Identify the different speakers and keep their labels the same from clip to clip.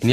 Speaker 1: 你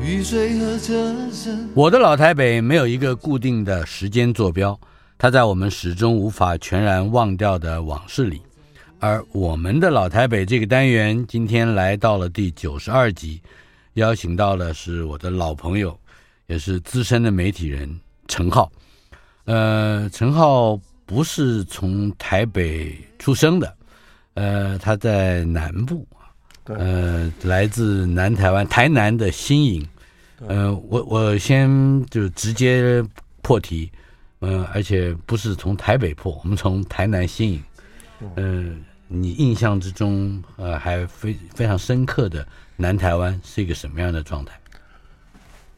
Speaker 2: 雨水和车声，
Speaker 3: 我的老台北没有一个固定的时间坐标，它在我们始终无法全然忘掉的往事里。而我们的老台北这个单元，今天来到了第九十二集，邀请到的是我的老朋友，也是资深的媒体人陈浩。呃，陈浩不是从台北出生的，呃，他在南部，
Speaker 4: 对
Speaker 3: 呃，来自南台湾台南的新营。呃，我我先就直接破题，嗯、而且不是从台北破，我们从台南新颖。
Speaker 4: 哦
Speaker 3: 嗯、你印象之中呃还非非常深刻的南台湾是一个什么样的状态？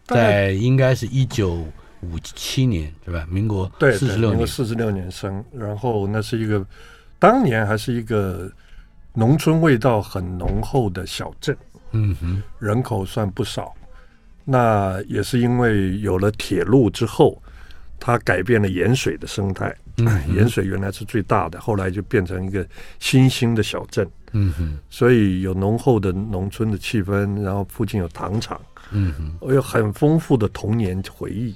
Speaker 4: 大概
Speaker 3: 在应该是一九五七年是吧？民国
Speaker 4: 对
Speaker 3: 四十六年，
Speaker 4: 四十六年生，然后那是一个当年还是一个农村味道很浓厚的小镇，
Speaker 3: 嗯哼，
Speaker 4: 人口算不少。那也是因为有了铁路之后，它改变了盐水的生态。
Speaker 3: 嗯
Speaker 4: 盐水原来是最大的，后来就变成一个新兴的小镇，
Speaker 3: 嗯哼，
Speaker 4: 所以有浓厚的农村的气氛，然后附近有糖厂，
Speaker 3: 嗯哼。
Speaker 4: 我有很丰富的童年回忆。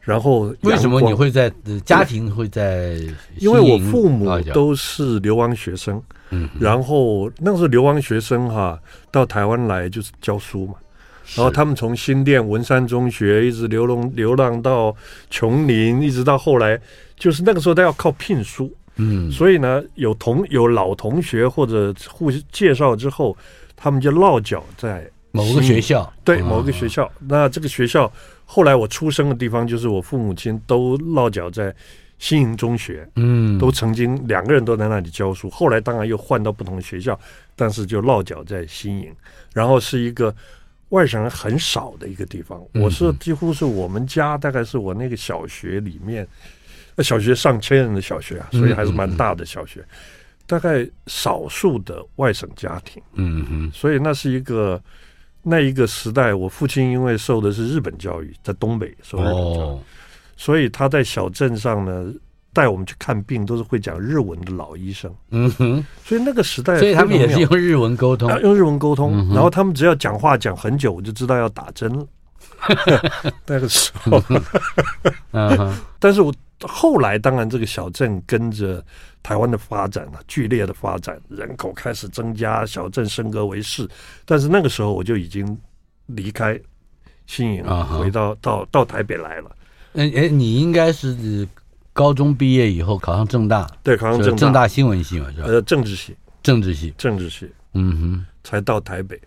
Speaker 4: 然后阳光，
Speaker 3: 为什么你会在呃家庭会在新营？
Speaker 4: 因为我父母
Speaker 3: 啊讲
Speaker 4: 都是流亡学生，
Speaker 3: 嗯
Speaker 4: 然后那时候流亡学生哈、到台湾来就是教书嘛，然后他们从新店文山中学一直流浪流浪到琼林，一直到后来，就是那个时候他要靠聘书，
Speaker 3: 嗯
Speaker 4: 所以呢，有同有老同学或者互介绍之后，他们就落脚在
Speaker 3: 某个
Speaker 4: 新
Speaker 3: 学校
Speaker 4: 对，
Speaker 3: 啊
Speaker 4: 某个学校。那这个学校后来我出生的地方，就是我父母亲都落脚在新营中学，
Speaker 3: 嗯
Speaker 4: 都曾经两个人都在那里教书。后来当然又换到不同的学校，但是就落脚在新营，然后是一个外省人很少的一个地方。
Speaker 3: 嗯
Speaker 4: 我是几乎是我们家，大概是我那个小学里面，呃小学上千人的小学
Speaker 3: 嗯
Speaker 4: 啊，所以还是蛮大的小学，大概少数的外省家庭。
Speaker 3: 嗯哼
Speaker 4: 所以那是一个那一个时代，我父亲因为受的是日本教育，在东北受日本教育，
Speaker 3: 哦
Speaker 4: 所以他在小镇上呢带我们去看病，都是会讲日文的老医生，
Speaker 3: 嗯哼。
Speaker 4: 所以那个时 代
Speaker 3: 所
Speaker 4: 非
Speaker 3: 以
Speaker 4: 常
Speaker 3: 他
Speaker 4: 妙，
Speaker 3: 们也是用日文沟 通
Speaker 4: 啊。用日文沟通，
Speaker 3: 嗯哼
Speaker 4: 然后他们只要讲话讲很久，我就知道要打针 了。那个时候，
Speaker 3: 嗯哼，
Speaker 4: 但是我后来当然这个小镇跟着台湾的发展啊，剧烈的发展，人口开始增加，小镇升格为市。但是那个时候我就已经离开新营
Speaker 3: 啊哈，
Speaker 4: 回到到到台北来了。
Speaker 3: 哎哎，你应该是呃高中毕业以后考上正大，
Speaker 4: 对，考上
Speaker 3: 是
Speaker 4: 政
Speaker 3: 正大新闻系嘛，是吧？
Speaker 4: 呃政治系，
Speaker 3: 政治系，
Speaker 4: 政治系
Speaker 3: 嗯
Speaker 4: 才到台北。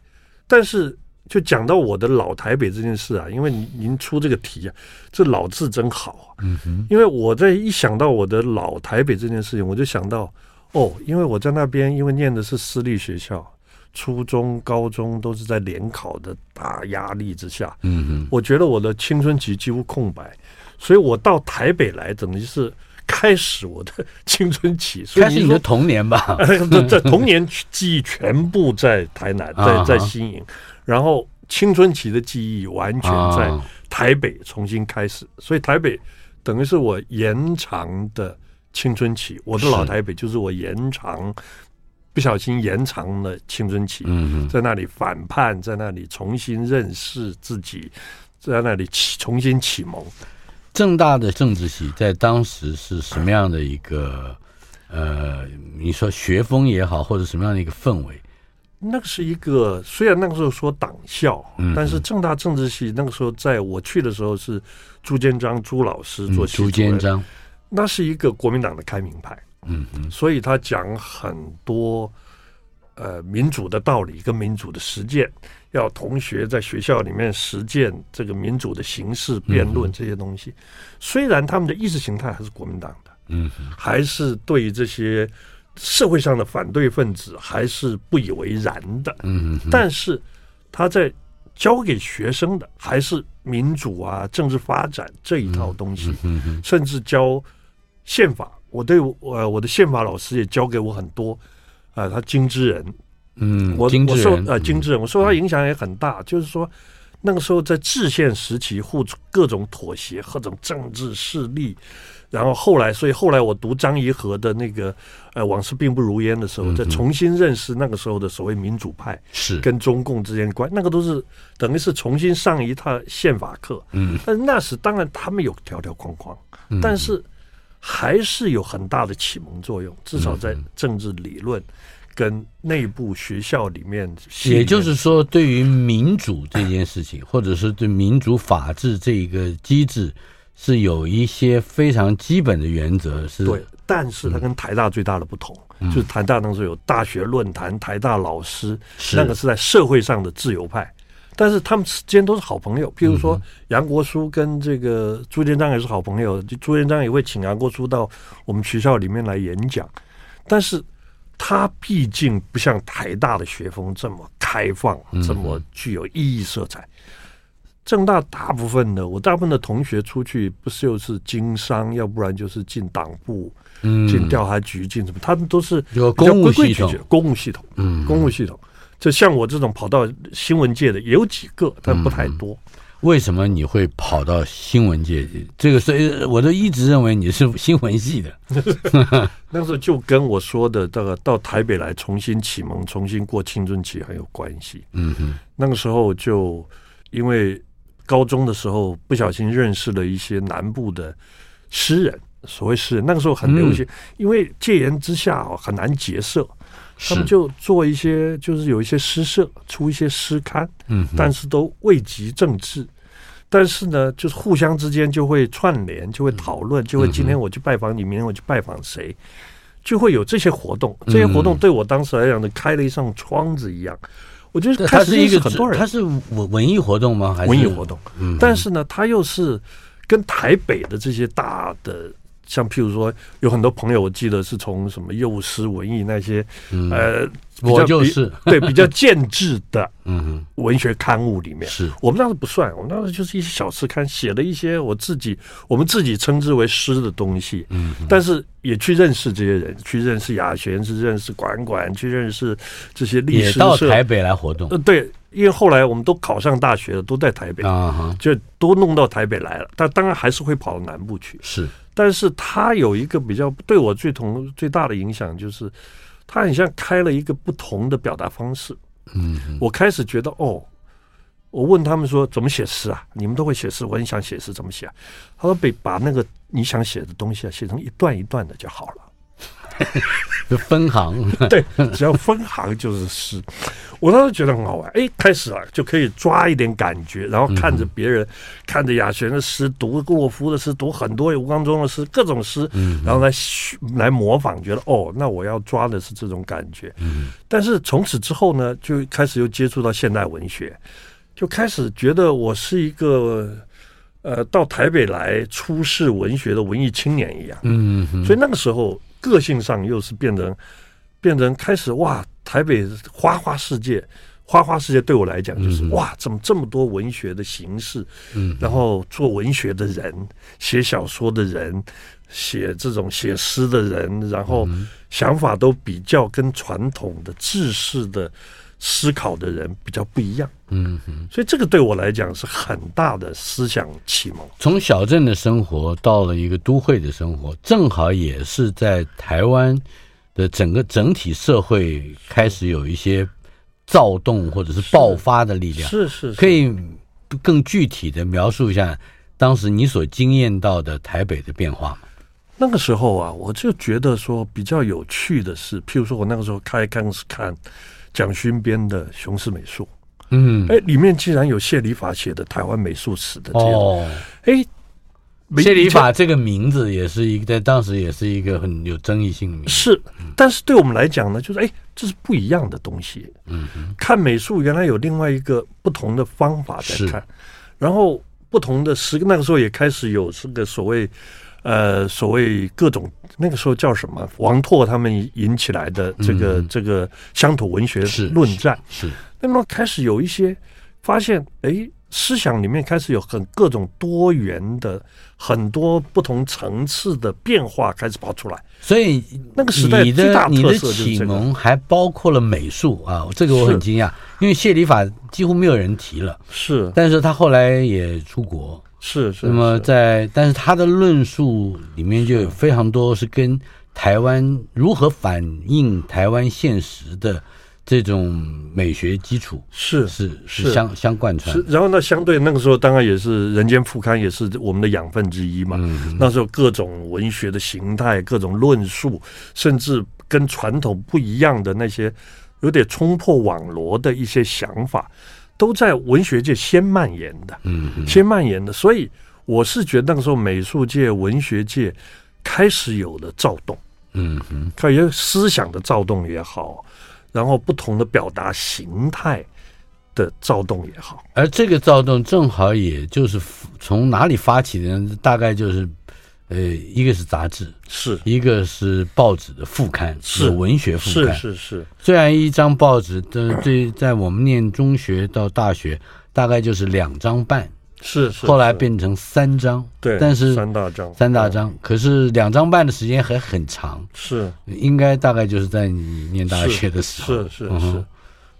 Speaker 4: 但是就讲到我的老台北这件事啊，因为您您出这个题啊，这老字真好啊。
Speaker 3: 哼，嗯哼，
Speaker 4: 因为我在一想到我的老台北这件事情，我就想到哦，因为我在那边，因为念的是私立学校，初中、高中都是在联考的大压力之下，
Speaker 3: 嗯哼，
Speaker 4: 我觉得我的青春期几乎空白，所以我到台北来，等于是开始我的青春期。所
Speaker 3: 开
Speaker 4: 以
Speaker 3: 始
Speaker 4: 你
Speaker 3: 你的
Speaker 4: 说，
Speaker 3: 童年吧，
Speaker 4: 这这童年记忆全部在台南，
Speaker 3: 嗯啊
Speaker 4: 在在新营，然后青春期的记忆完全在
Speaker 3: 啊
Speaker 4: 台北重新开始，所以台北等于是我延长的青春期。我的老
Speaker 3: 是
Speaker 4: 台北就是我延长，不小心延长了青春期，
Speaker 3: 嗯哼，
Speaker 4: 在那里反叛，在那里重新认识自己，在那里启重新启蒙。
Speaker 3: 正大的政治系在当时是什么样的一个呃，你说学风也好，或者什么样的一个氛围？
Speaker 4: 那个是一个，虽然那个时候说党校，
Speaker 3: 嗯
Speaker 4: 但是正大政治系那个时候，在我去的时候是朱建章朱老师
Speaker 3: 嗯
Speaker 4: 做系主
Speaker 3: 朱
Speaker 4: 任
Speaker 3: 建章，
Speaker 4: 那是一个国民党的开明派，
Speaker 3: 嗯哼，
Speaker 4: 所以他讲很多呃民主的道理跟民主的实践，要同学在学校里面实践这个民主的形式辩
Speaker 3: 嗯
Speaker 4: 论这些东西。虽然他们的意识形态还是国民党的，
Speaker 3: 嗯，
Speaker 4: 还是对于这些社会上的反对分子还是不以为然的，
Speaker 3: 嗯，
Speaker 4: 但是他在教给学生的还是民主啊、政治发展这一套东西，
Speaker 3: 嗯哼
Speaker 4: 甚至教宪法。我对我呃我的宪法老师也教给我很多，啊、他金之人，
Speaker 3: 嗯，
Speaker 4: 我
Speaker 3: 精
Speaker 4: 我
Speaker 3: 致
Speaker 4: 受
Speaker 3: 人
Speaker 4: 呃精
Speaker 3: 嗯
Speaker 4: 致人，我受他影响也很大。就是说，那个时候在制宪时期，互各种妥协，各种政治势力，然后后来，所以后来我读张颐和的那个呃《往事并不如烟》的时
Speaker 3: 嗯
Speaker 4: 候，再重新认识那个时候的所谓民主派
Speaker 3: 是
Speaker 4: 跟中共之间的关，那个都是等于是重新上一套宪法课。嗯，但是那时当然他们有条条框框，
Speaker 3: 嗯
Speaker 4: 但是还是有很大的启蒙作用，至少
Speaker 3: 嗯
Speaker 4: 在政治理论跟内部学校里面，系里面
Speaker 3: 也就是说，对于民主这件事情，或者是对民主法治这一个机制，是有一些非常基本的原则，是嗯
Speaker 4: 对，但是它跟台大最大的不同，就是台大那时候有大学论坛，台大老师
Speaker 3: 是
Speaker 4: 那个是在社会上的自由派，但是他们之间都是好朋友。譬如
Speaker 3: 嗯
Speaker 4: 说杨国书跟这个朱元璋也是好朋友，就朱元璋也会请杨国书到我们学校里面来演讲，但是。他毕竟不像台大的学风这么开放，啊
Speaker 3: 嗯
Speaker 4: 这么具有意义色彩。正大大部分的，我大部分的同学出去不是就是经商，要不然就是进党部、进调查局、进什么，他们都是
Speaker 3: 嗯有
Speaker 4: 比较
Speaker 3: 公务
Speaker 4: 规规
Speaker 3: 系
Speaker 4: 矩矩
Speaker 3: 统
Speaker 4: 的公务系统，嗯，公务系统。就像我这种跑到新闻界的也有几个，但不太
Speaker 3: 嗯
Speaker 4: 多。
Speaker 3: 为什么你会跑到新闻界去？这个所以我都一直认为你是新闻系的，
Speaker 4: 那时候就跟我说的这个到台北来重新启蒙、重新过青春期很有关系。
Speaker 3: 嗯哼，
Speaker 4: 那个时候就因为高中的时候不小心认识了一些南部的诗人，所谓诗人，那个时候很流行，
Speaker 3: 嗯
Speaker 4: 因为戒严之下哦很难结社，他
Speaker 3: 是
Speaker 4: 们就做一些就是有一些诗社出一些诗刊，
Speaker 3: 嗯哼，
Speaker 4: 但是都未及政治。但是呢，就是互相之间就会串联，就会讨论，就会
Speaker 3: 嗯
Speaker 4: 今天我去拜访你，明天我去拜访谁，就会有这些活动。这些活动
Speaker 3: 嗯
Speaker 4: 对我当时来讲呢，开了一扇窗子一样。我觉得
Speaker 3: 它
Speaker 4: 开
Speaker 3: 是
Speaker 4: 始
Speaker 3: 一
Speaker 4: 认识
Speaker 3: 个
Speaker 4: 很多人
Speaker 3: 它，是文文艺活动吗？还是嗯
Speaker 4: 文艺活？动，但是呢，它又是跟台北的这些大的，像譬如说，有很多朋友，我记得是从什么幼师文艺那些，呃，比较
Speaker 3: 嗯我就是
Speaker 4: 比对比较建制的
Speaker 3: 嗯哼，
Speaker 4: 文学刊物里面，
Speaker 3: 是
Speaker 4: 我们那时候不算，我们那时候就是一些小诗刊，写了一些我自己我们自己称之为诗的东西。嗯，但是也去认识这些人，去认识雅璇，去认识管管，去认识这些历
Speaker 3: 也
Speaker 4: 史
Speaker 3: 到
Speaker 4: 社。
Speaker 3: 台北来活动
Speaker 4: 呃，对，因为后来我们都考上大学了，都在台北，
Speaker 3: 啊哈，
Speaker 4: 就都弄到台北来了。但当然还是会跑到南部去。
Speaker 3: 是
Speaker 4: 但是他有一个比较对我最同最大的影响就是，他很像开了一个不同的表达方式。嗯，我开始觉得哦，我问他们说怎么写诗啊？你们都会写诗，我很想写诗，怎么写、啊？他说被把那个你想写的东西啊，写成一段一段的就好了。
Speaker 3: 就分行，
Speaker 4: 对，只要分行就是诗。我当时觉得很好玩，哎，开始啊就可以抓一点感觉，然后看着别人，看着雅璇的诗，读洛夫的诗，读很多吴刚中的诗，各种诗，然后来学来模仿，觉得哦，那我要抓的是这种感觉。但是从此之后呢，就开始又接触到现代文学，就开始觉得我是一个。呃，到台北来出世文学的文艺青年一样，
Speaker 3: 嗯哼，
Speaker 4: 所以那个时候个性上又是变成变成开始哇，台北花花世界，花花世界对我来讲就是、
Speaker 3: 嗯
Speaker 4: 哇，怎么这么多文学的形式，嗯，然后做文学的人，写小说的人，写这种写诗的人，然后
Speaker 3: 嗯
Speaker 4: 想法都比较跟传统的制式的思考的人比较不一样，
Speaker 3: 嗯
Speaker 4: 哼，所以这个对我来讲是很大的思想启蒙。
Speaker 3: 从小镇的生活到了一个都会的生活，正好也是在台湾的整个整体社会开始有一些躁动或者是爆发的力量。
Speaker 4: 是是，
Speaker 3: 可以更具体的描述一下当时你所经验到的台北的变化吗？
Speaker 4: 那个时候啊，我就觉得说比较有趣的是，譬如说我那个时候开刚是看蒋勋编的《熊氏美术》，
Speaker 3: 嗯，
Speaker 4: 哎，里面竟然有谢里法写的台湾美术史的这些东西，
Speaker 3: 哦，
Speaker 4: 哎，没
Speaker 3: 谢礼法这个名字也是一个，在当时也是一个很有争议性的名字。
Speaker 4: 是，但是对我们来讲呢，就是哎，这是不一样的东西。嗯，看美术原来有另外一个不同的方法在看，然后不同的时，那个时候也开始有这个所谓呃所谓各种那个时候叫什么王拓他们引起来的这个、这个乡土文学
Speaker 3: 是
Speaker 4: 论战，
Speaker 3: 是
Speaker 4: 那么开始有一些发现，哎，思想里面开始有很各种多元的、很多不同层次的变化开始跑出来。
Speaker 3: 所以
Speaker 4: 那个时代
Speaker 3: 你
Speaker 4: 最
Speaker 3: 的
Speaker 4: 大的
Speaker 3: 你
Speaker 4: 特
Speaker 3: 的
Speaker 4: 色就是
Speaker 3: 启
Speaker 4: 这个
Speaker 3: 蒙还包括了美术啊，这个我
Speaker 4: 是
Speaker 3: 很惊讶，因为谢礼法几乎没有人提了，
Speaker 4: 是
Speaker 3: 但是他后来也出国，
Speaker 4: 是是，
Speaker 3: 那么
Speaker 4: 是
Speaker 3: 在但是他的论述里面就有非常多是跟台湾如何反映台湾现实的这种美学基础
Speaker 4: 是
Speaker 3: 是是
Speaker 4: 是
Speaker 3: 相相贯穿
Speaker 4: 是，，然后呢，相对那个时候，当然也是《人间副刊》也是我们的养分之一嘛。
Speaker 3: 嗯
Speaker 4: 那时候各种文学的形态、各种论述，甚至跟传统不一样的那些有点冲破网罗的一些想法，都在文学界先蔓延的，
Speaker 3: 嗯
Speaker 4: 先蔓延的。所以我是觉得那个时候美术界、文学界开始有了躁动。
Speaker 3: 嗯嗯
Speaker 4: 看有思想的躁动也好，然后不同的表达形态的躁动也好，
Speaker 3: 而这个躁动正好也就是从哪里发起的呢？大概就是，呃，一个是杂志，
Speaker 4: 是
Speaker 3: 一个是报纸的副刊，
Speaker 4: 是
Speaker 3: 有文学副
Speaker 4: 是
Speaker 3: 刊。
Speaker 4: 是是
Speaker 3: 虽然一张报纸的这在我们念中学到大学，大概就是两张半，
Speaker 4: 是是，
Speaker 3: 后来
Speaker 4: 是
Speaker 3: 变成三张，
Speaker 4: 对，
Speaker 3: 但是
Speaker 4: 三大章，
Speaker 3: 三大
Speaker 4: 嗯
Speaker 3: 张。可是两张半的时间还很长，
Speaker 4: 是
Speaker 3: 应该大概就是在你念大
Speaker 4: 是
Speaker 3: 学的时候。
Speaker 4: 是是
Speaker 3: 嗯哼
Speaker 4: 是，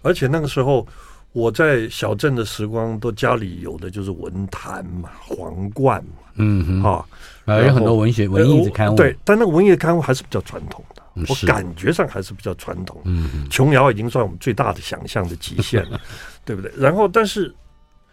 Speaker 4: 而且那个时候。我在小镇的时光，都家里有的就是文坛嘛、皇冠嘛，
Speaker 3: 嗯哼，
Speaker 4: 啊，
Speaker 3: 而
Speaker 4: 然
Speaker 3: 有
Speaker 4: 后
Speaker 3: 很多文学文艺的刊物，
Speaker 4: 呃我对，但那个文艺的刊物还是比较传统的，
Speaker 3: 嗯
Speaker 4: 我
Speaker 3: 是
Speaker 4: 感觉上还是比较传统的。
Speaker 3: 嗯哼。
Speaker 4: 琼瑶已经算我们最大的想象的极限 了，对不对？然后，但是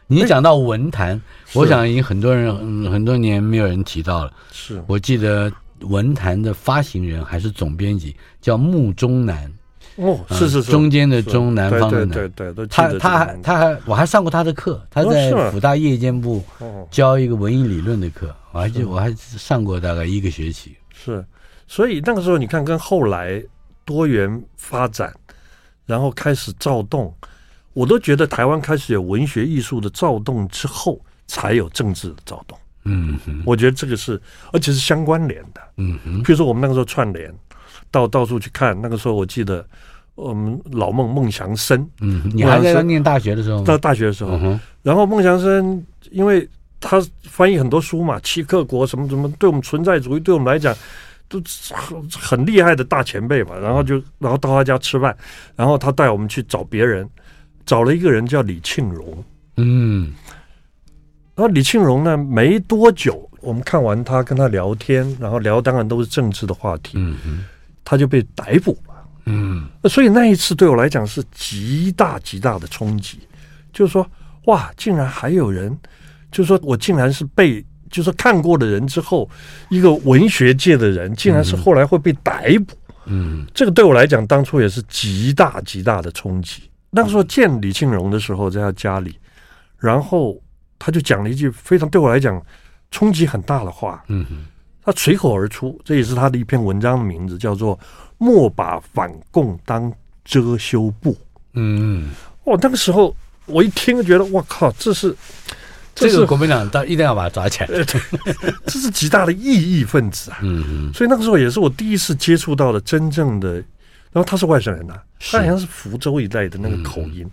Speaker 3: 你讲到文坛，
Speaker 4: 是
Speaker 3: 我想已经很多人、嗯、很多年没有人提到了。
Speaker 4: 是
Speaker 3: 我记得文坛的发行人还是总编辑叫穆中南，
Speaker 4: 哦，
Speaker 3: 啊
Speaker 4: 是是是，
Speaker 3: 中间的中南方的
Speaker 4: 对
Speaker 3: 南
Speaker 4: 对对对，都记
Speaker 3: 他他
Speaker 4: 得这个
Speaker 3: 还
Speaker 4: 名字
Speaker 3: 他还我还上过他的课，他
Speaker 4: 哦是
Speaker 3: 在
Speaker 4: 吗
Speaker 3: 辅大夜间部
Speaker 4: 哦
Speaker 3: 教一个文艺理论的课，我还记
Speaker 4: 嗯
Speaker 3: 我还上过大概一个学期。
Speaker 4: 是，所以那个时候你看，跟后来多元发展，然后开始躁动，我都觉得台湾开始有文学艺术的躁动之后，才有政治的躁动。
Speaker 3: 嗯哼，
Speaker 4: 我觉得这个是，而且是相关联的。
Speaker 3: 嗯哼，
Speaker 4: 譬如说我们那个时候串联，到到处去看，那个时候我记得。我们老孟孟祥生
Speaker 3: 嗯哼，你还在
Speaker 4: 我是
Speaker 3: 念大学的时候
Speaker 4: 到
Speaker 3: 吗？
Speaker 4: 大学的时候
Speaker 3: 嗯，哼，
Speaker 4: 然后孟祥生，因为他翻译很多书嘛，《齐克国》什么什么，对我们存在主义，对我们来讲都是很很厉害的大前辈嘛。然后就然后到他家吃饭，然后他带我们去找别人，找了一个人叫李庆荣。
Speaker 3: 嗯
Speaker 4: 然后李庆荣呢，没多久，我们看完他跟他聊天，然后聊当然都是政治的话题，
Speaker 3: 嗯哼，
Speaker 4: 他就被逮捕了。
Speaker 3: 嗯
Speaker 4: 那所以那一次对我来讲是极大极大的冲击，就是说，哇，竟然还有人，就是说我竟然是被，就是说看过的人之后，一个文学界的人，竟然是后来会被逮捕，
Speaker 3: 嗯
Speaker 4: 这个对我来讲当初也是极大极大的冲击。那个时候见李庆荣的时候，在他家里，然后他就讲了一句非常对我来讲冲击很大的话，
Speaker 3: 嗯哼，
Speaker 4: 他随口而出，这也是他的一篇文章的名字，叫做《莫把反共当遮羞布》。
Speaker 3: 嗯，
Speaker 4: 哦，那个时候我一听就觉得，我靠，这是这
Speaker 3: 这
Speaker 4: 是
Speaker 3: 个国民党到一定要把他抓起来。
Speaker 4: 这是极大的异议分子啊！
Speaker 3: 嗯哼，
Speaker 4: 所以那个时候也是我第一次接触到的真正的，然后他是外省人呐、
Speaker 3: 是嗯
Speaker 4: 他好像是福州一带的那个口音，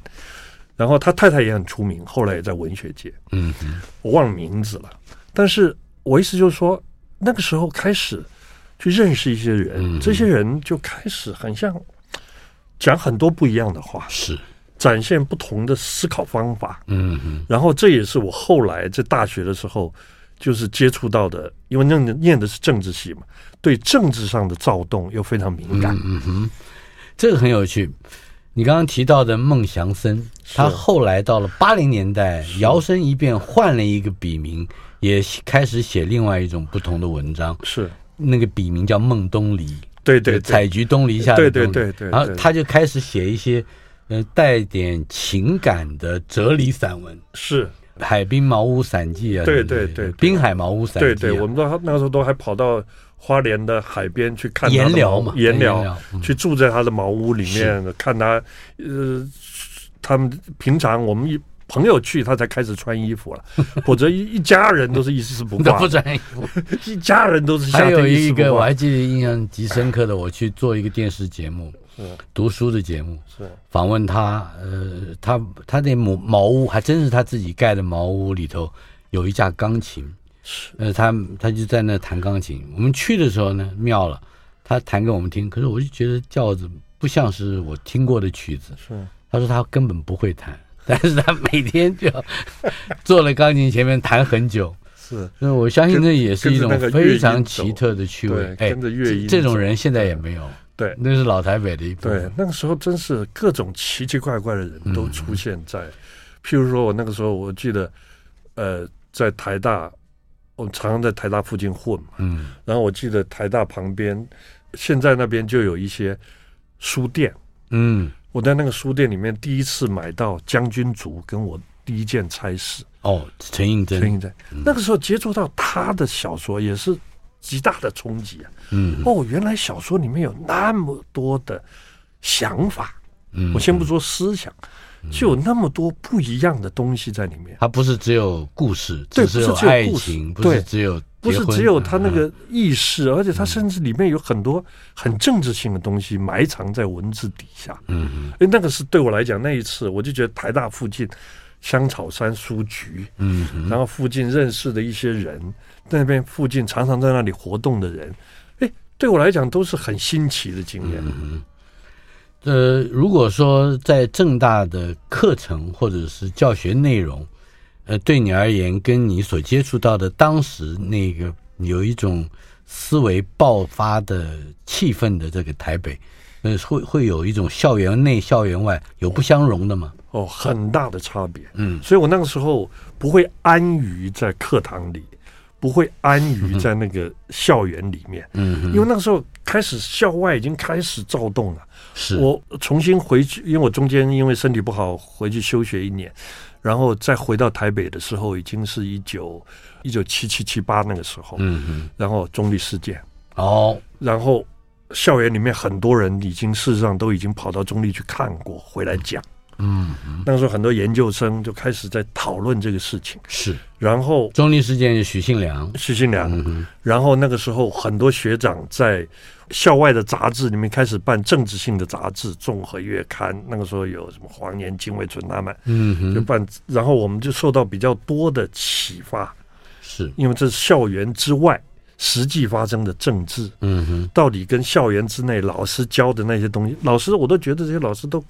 Speaker 4: 然后他太太也很出名，后来也在文学界，
Speaker 3: 嗯哼，
Speaker 4: 我忘了名字了。但是我意思就是说，那个时候开始去认识一些人，
Speaker 3: 嗯
Speaker 4: 这些人就开始很像讲很多不一样的话，
Speaker 3: 是，
Speaker 4: 展现不同的思考方法。
Speaker 3: 嗯哼，
Speaker 4: 然后这也是我后来在大学的时候就是接触到的，因为那念的是政治系嘛，对政治上的躁动又非常敏感。
Speaker 3: 嗯哼，这个很有趣。你刚刚提到的孟祥森，他后来到了八零年代，摇身一变换了一个笔名，也开始写另外一种不同的文章。
Speaker 4: 是，
Speaker 3: 那个笔名叫孟东篱，
Speaker 4: 对对
Speaker 3: 就
Speaker 4: 对，
Speaker 3: 采菊东篱下的
Speaker 4: 对对
Speaker 3: 东篱
Speaker 4: 对对对
Speaker 3: 然后他就开始写一些呃带点情感的哲理散文。
Speaker 4: 是
Speaker 3: 海滨茅屋散记啊，
Speaker 4: 对
Speaker 3: 不
Speaker 4: 对对对
Speaker 3: 滨海茅屋散记啊、
Speaker 4: 对对，我们到那个时候都还跑到花莲的海边去看
Speaker 3: 盐
Speaker 4: 他的
Speaker 3: 寮
Speaker 4: 茅
Speaker 3: 嘛，
Speaker 4: 盐寮
Speaker 3: 寮，嗯
Speaker 4: 去住在他的茅屋里面，看他呃，他们平常我们一朋友去，他才开始穿 衣服了，否则一一家人都是一丝不
Speaker 3: 都
Speaker 4: 挂
Speaker 3: 不，穿衣服。
Speaker 4: 一家人都是夏
Speaker 3: 还有
Speaker 4: 天
Speaker 3: 一
Speaker 4: 丝不
Speaker 3: 个我
Speaker 4: 挂
Speaker 3: 还。记得印象极深刻的，我去做一个电视节目，读书的节目，
Speaker 4: 是
Speaker 3: 访问他，呃，他他那茅茅屋还真是他自己盖的茅屋里头有一架钢琴，呃，他他就在那弹钢琴。我们去的时候呢，妙了，他弹给我们听，可是我就觉得叫子不像是我听过的曲子。
Speaker 4: 是
Speaker 3: 他说他根本不会弹，但是他每天就 坐在钢琴前面弹很久。
Speaker 4: 是，
Speaker 3: 那我相信
Speaker 4: 跟
Speaker 3: 这也是一种
Speaker 4: 跟着那个乐
Speaker 3: 非
Speaker 4: 音
Speaker 3: 常
Speaker 4: 走
Speaker 3: 奇特的趣味哎
Speaker 4: 对。跟着乐音
Speaker 3: 这这种
Speaker 4: 走
Speaker 3: 人现在也没有，
Speaker 4: 对
Speaker 3: 那是老台北的一部
Speaker 4: 对
Speaker 3: 分。，
Speaker 4: 那个时候真是各种奇奇怪怪的人
Speaker 3: 嗯
Speaker 4: 都出现在，譬如说我那个时候我记得，呃，在台大，我常常在台大附近混嘛，
Speaker 3: 嗯，
Speaker 4: 然后我记得台大旁边，现在那边就有一些书店，
Speaker 3: 嗯，
Speaker 4: 我在那个书店里面第一次买到《将军竹》跟我第一件差事，
Speaker 3: 哦，陈映
Speaker 4: 所
Speaker 3: 真，
Speaker 4: 以在那个时候接触到他的小说也是极大的冲击啊。
Speaker 3: 嗯
Speaker 4: 哦，原来小说里面有那么多的想法，
Speaker 3: 嗯，
Speaker 4: 我先不说思想，就有那么多不一样的东西在里面。
Speaker 3: 他不是只有故事，
Speaker 4: 对
Speaker 3: 只
Speaker 4: 不是
Speaker 3: 有
Speaker 4: 只有
Speaker 3: 爱
Speaker 4: 故事
Speaker 3: 情，不
Speaker 4: 对
Speaker 3: 是只有
Speaker 4: 不是
Speaker 3: 结婚
Speaker 4: 只有他那
Speaker 3: 嗯
Speaker 4: 个意识，而且他甚至里面有很多很政治性的东西埋藏在文字底下。
Speaker 3: 嗯嗯
Speaker 4: 哎，那个是对我来讲那一次，我就觉得台大附近香草山书局，
Speaker 3: 嗯嗯
Speaker 4: 然后附近认识的一些人，在那边附近常常在那里活动的人，哎，对我来讲都是很新奇的经
Speaker 3: 嗯
Speaker 4: 验。
Speaker 3: 呃，如果说在正大的课程或者是教学内容，呃，对你而言，跟你所接触到的当时那个有一种思维爆发的气氛的这个台北，呃，会会有一种校园内、校园外有不相容的吗？
Speaker 4: 哦，很大的差别。
Speaker 3: 嗯
Speaker 4: 所以我那个时候不会安于在课堂里，不会安于在那个校园里面，
Speaker 3: 嗯哼，
Speaker 4: 因为那个时候开始校外已经开始躁动了。
Speaker 3: 是
Speaker 4: 我重新回去，因为我中间因为身体不好回去休学一年，然后再回到台北的时候，已经是一九一九七七七八那个时候，
Speaker 3: 嗯
Speaker 4: 然后中立事件，
Speaker 3: 哼，哦，
Speaker 4: 然后校园里面很多人已经事实上都已经跑到中立去看过，回来讲。
Speaker 3: 嗯，
Speaker 4: 那个时候很多研究生就开始在讨论这个事情，
Speaker 3: 是
Speaker 4: 然后
Speaker 3: 中立事件，许信良，
Speaker 4: 徐新良，
Speaker 3: 嗯哼，
Speaker 4: 然后那个时候很多学长在校外的杂志里面开始办政治性的杂志，《综合月刊》，那个时候有什么黄炎、金伟纯他们
Speaker 3: 嗯
Speaker 4: 就
Speaker 3: 哼，
Speaker 4: 办，然后我们就受到比较多的启发，
Speaker 3: 是，
Speaker 4: 因为这是校园之外实际发生的政治，
Speaker 3: 嗯哼，
Speaker 4: 到底跟校园之内老师教的那些东西，老师我都觉得这些老师都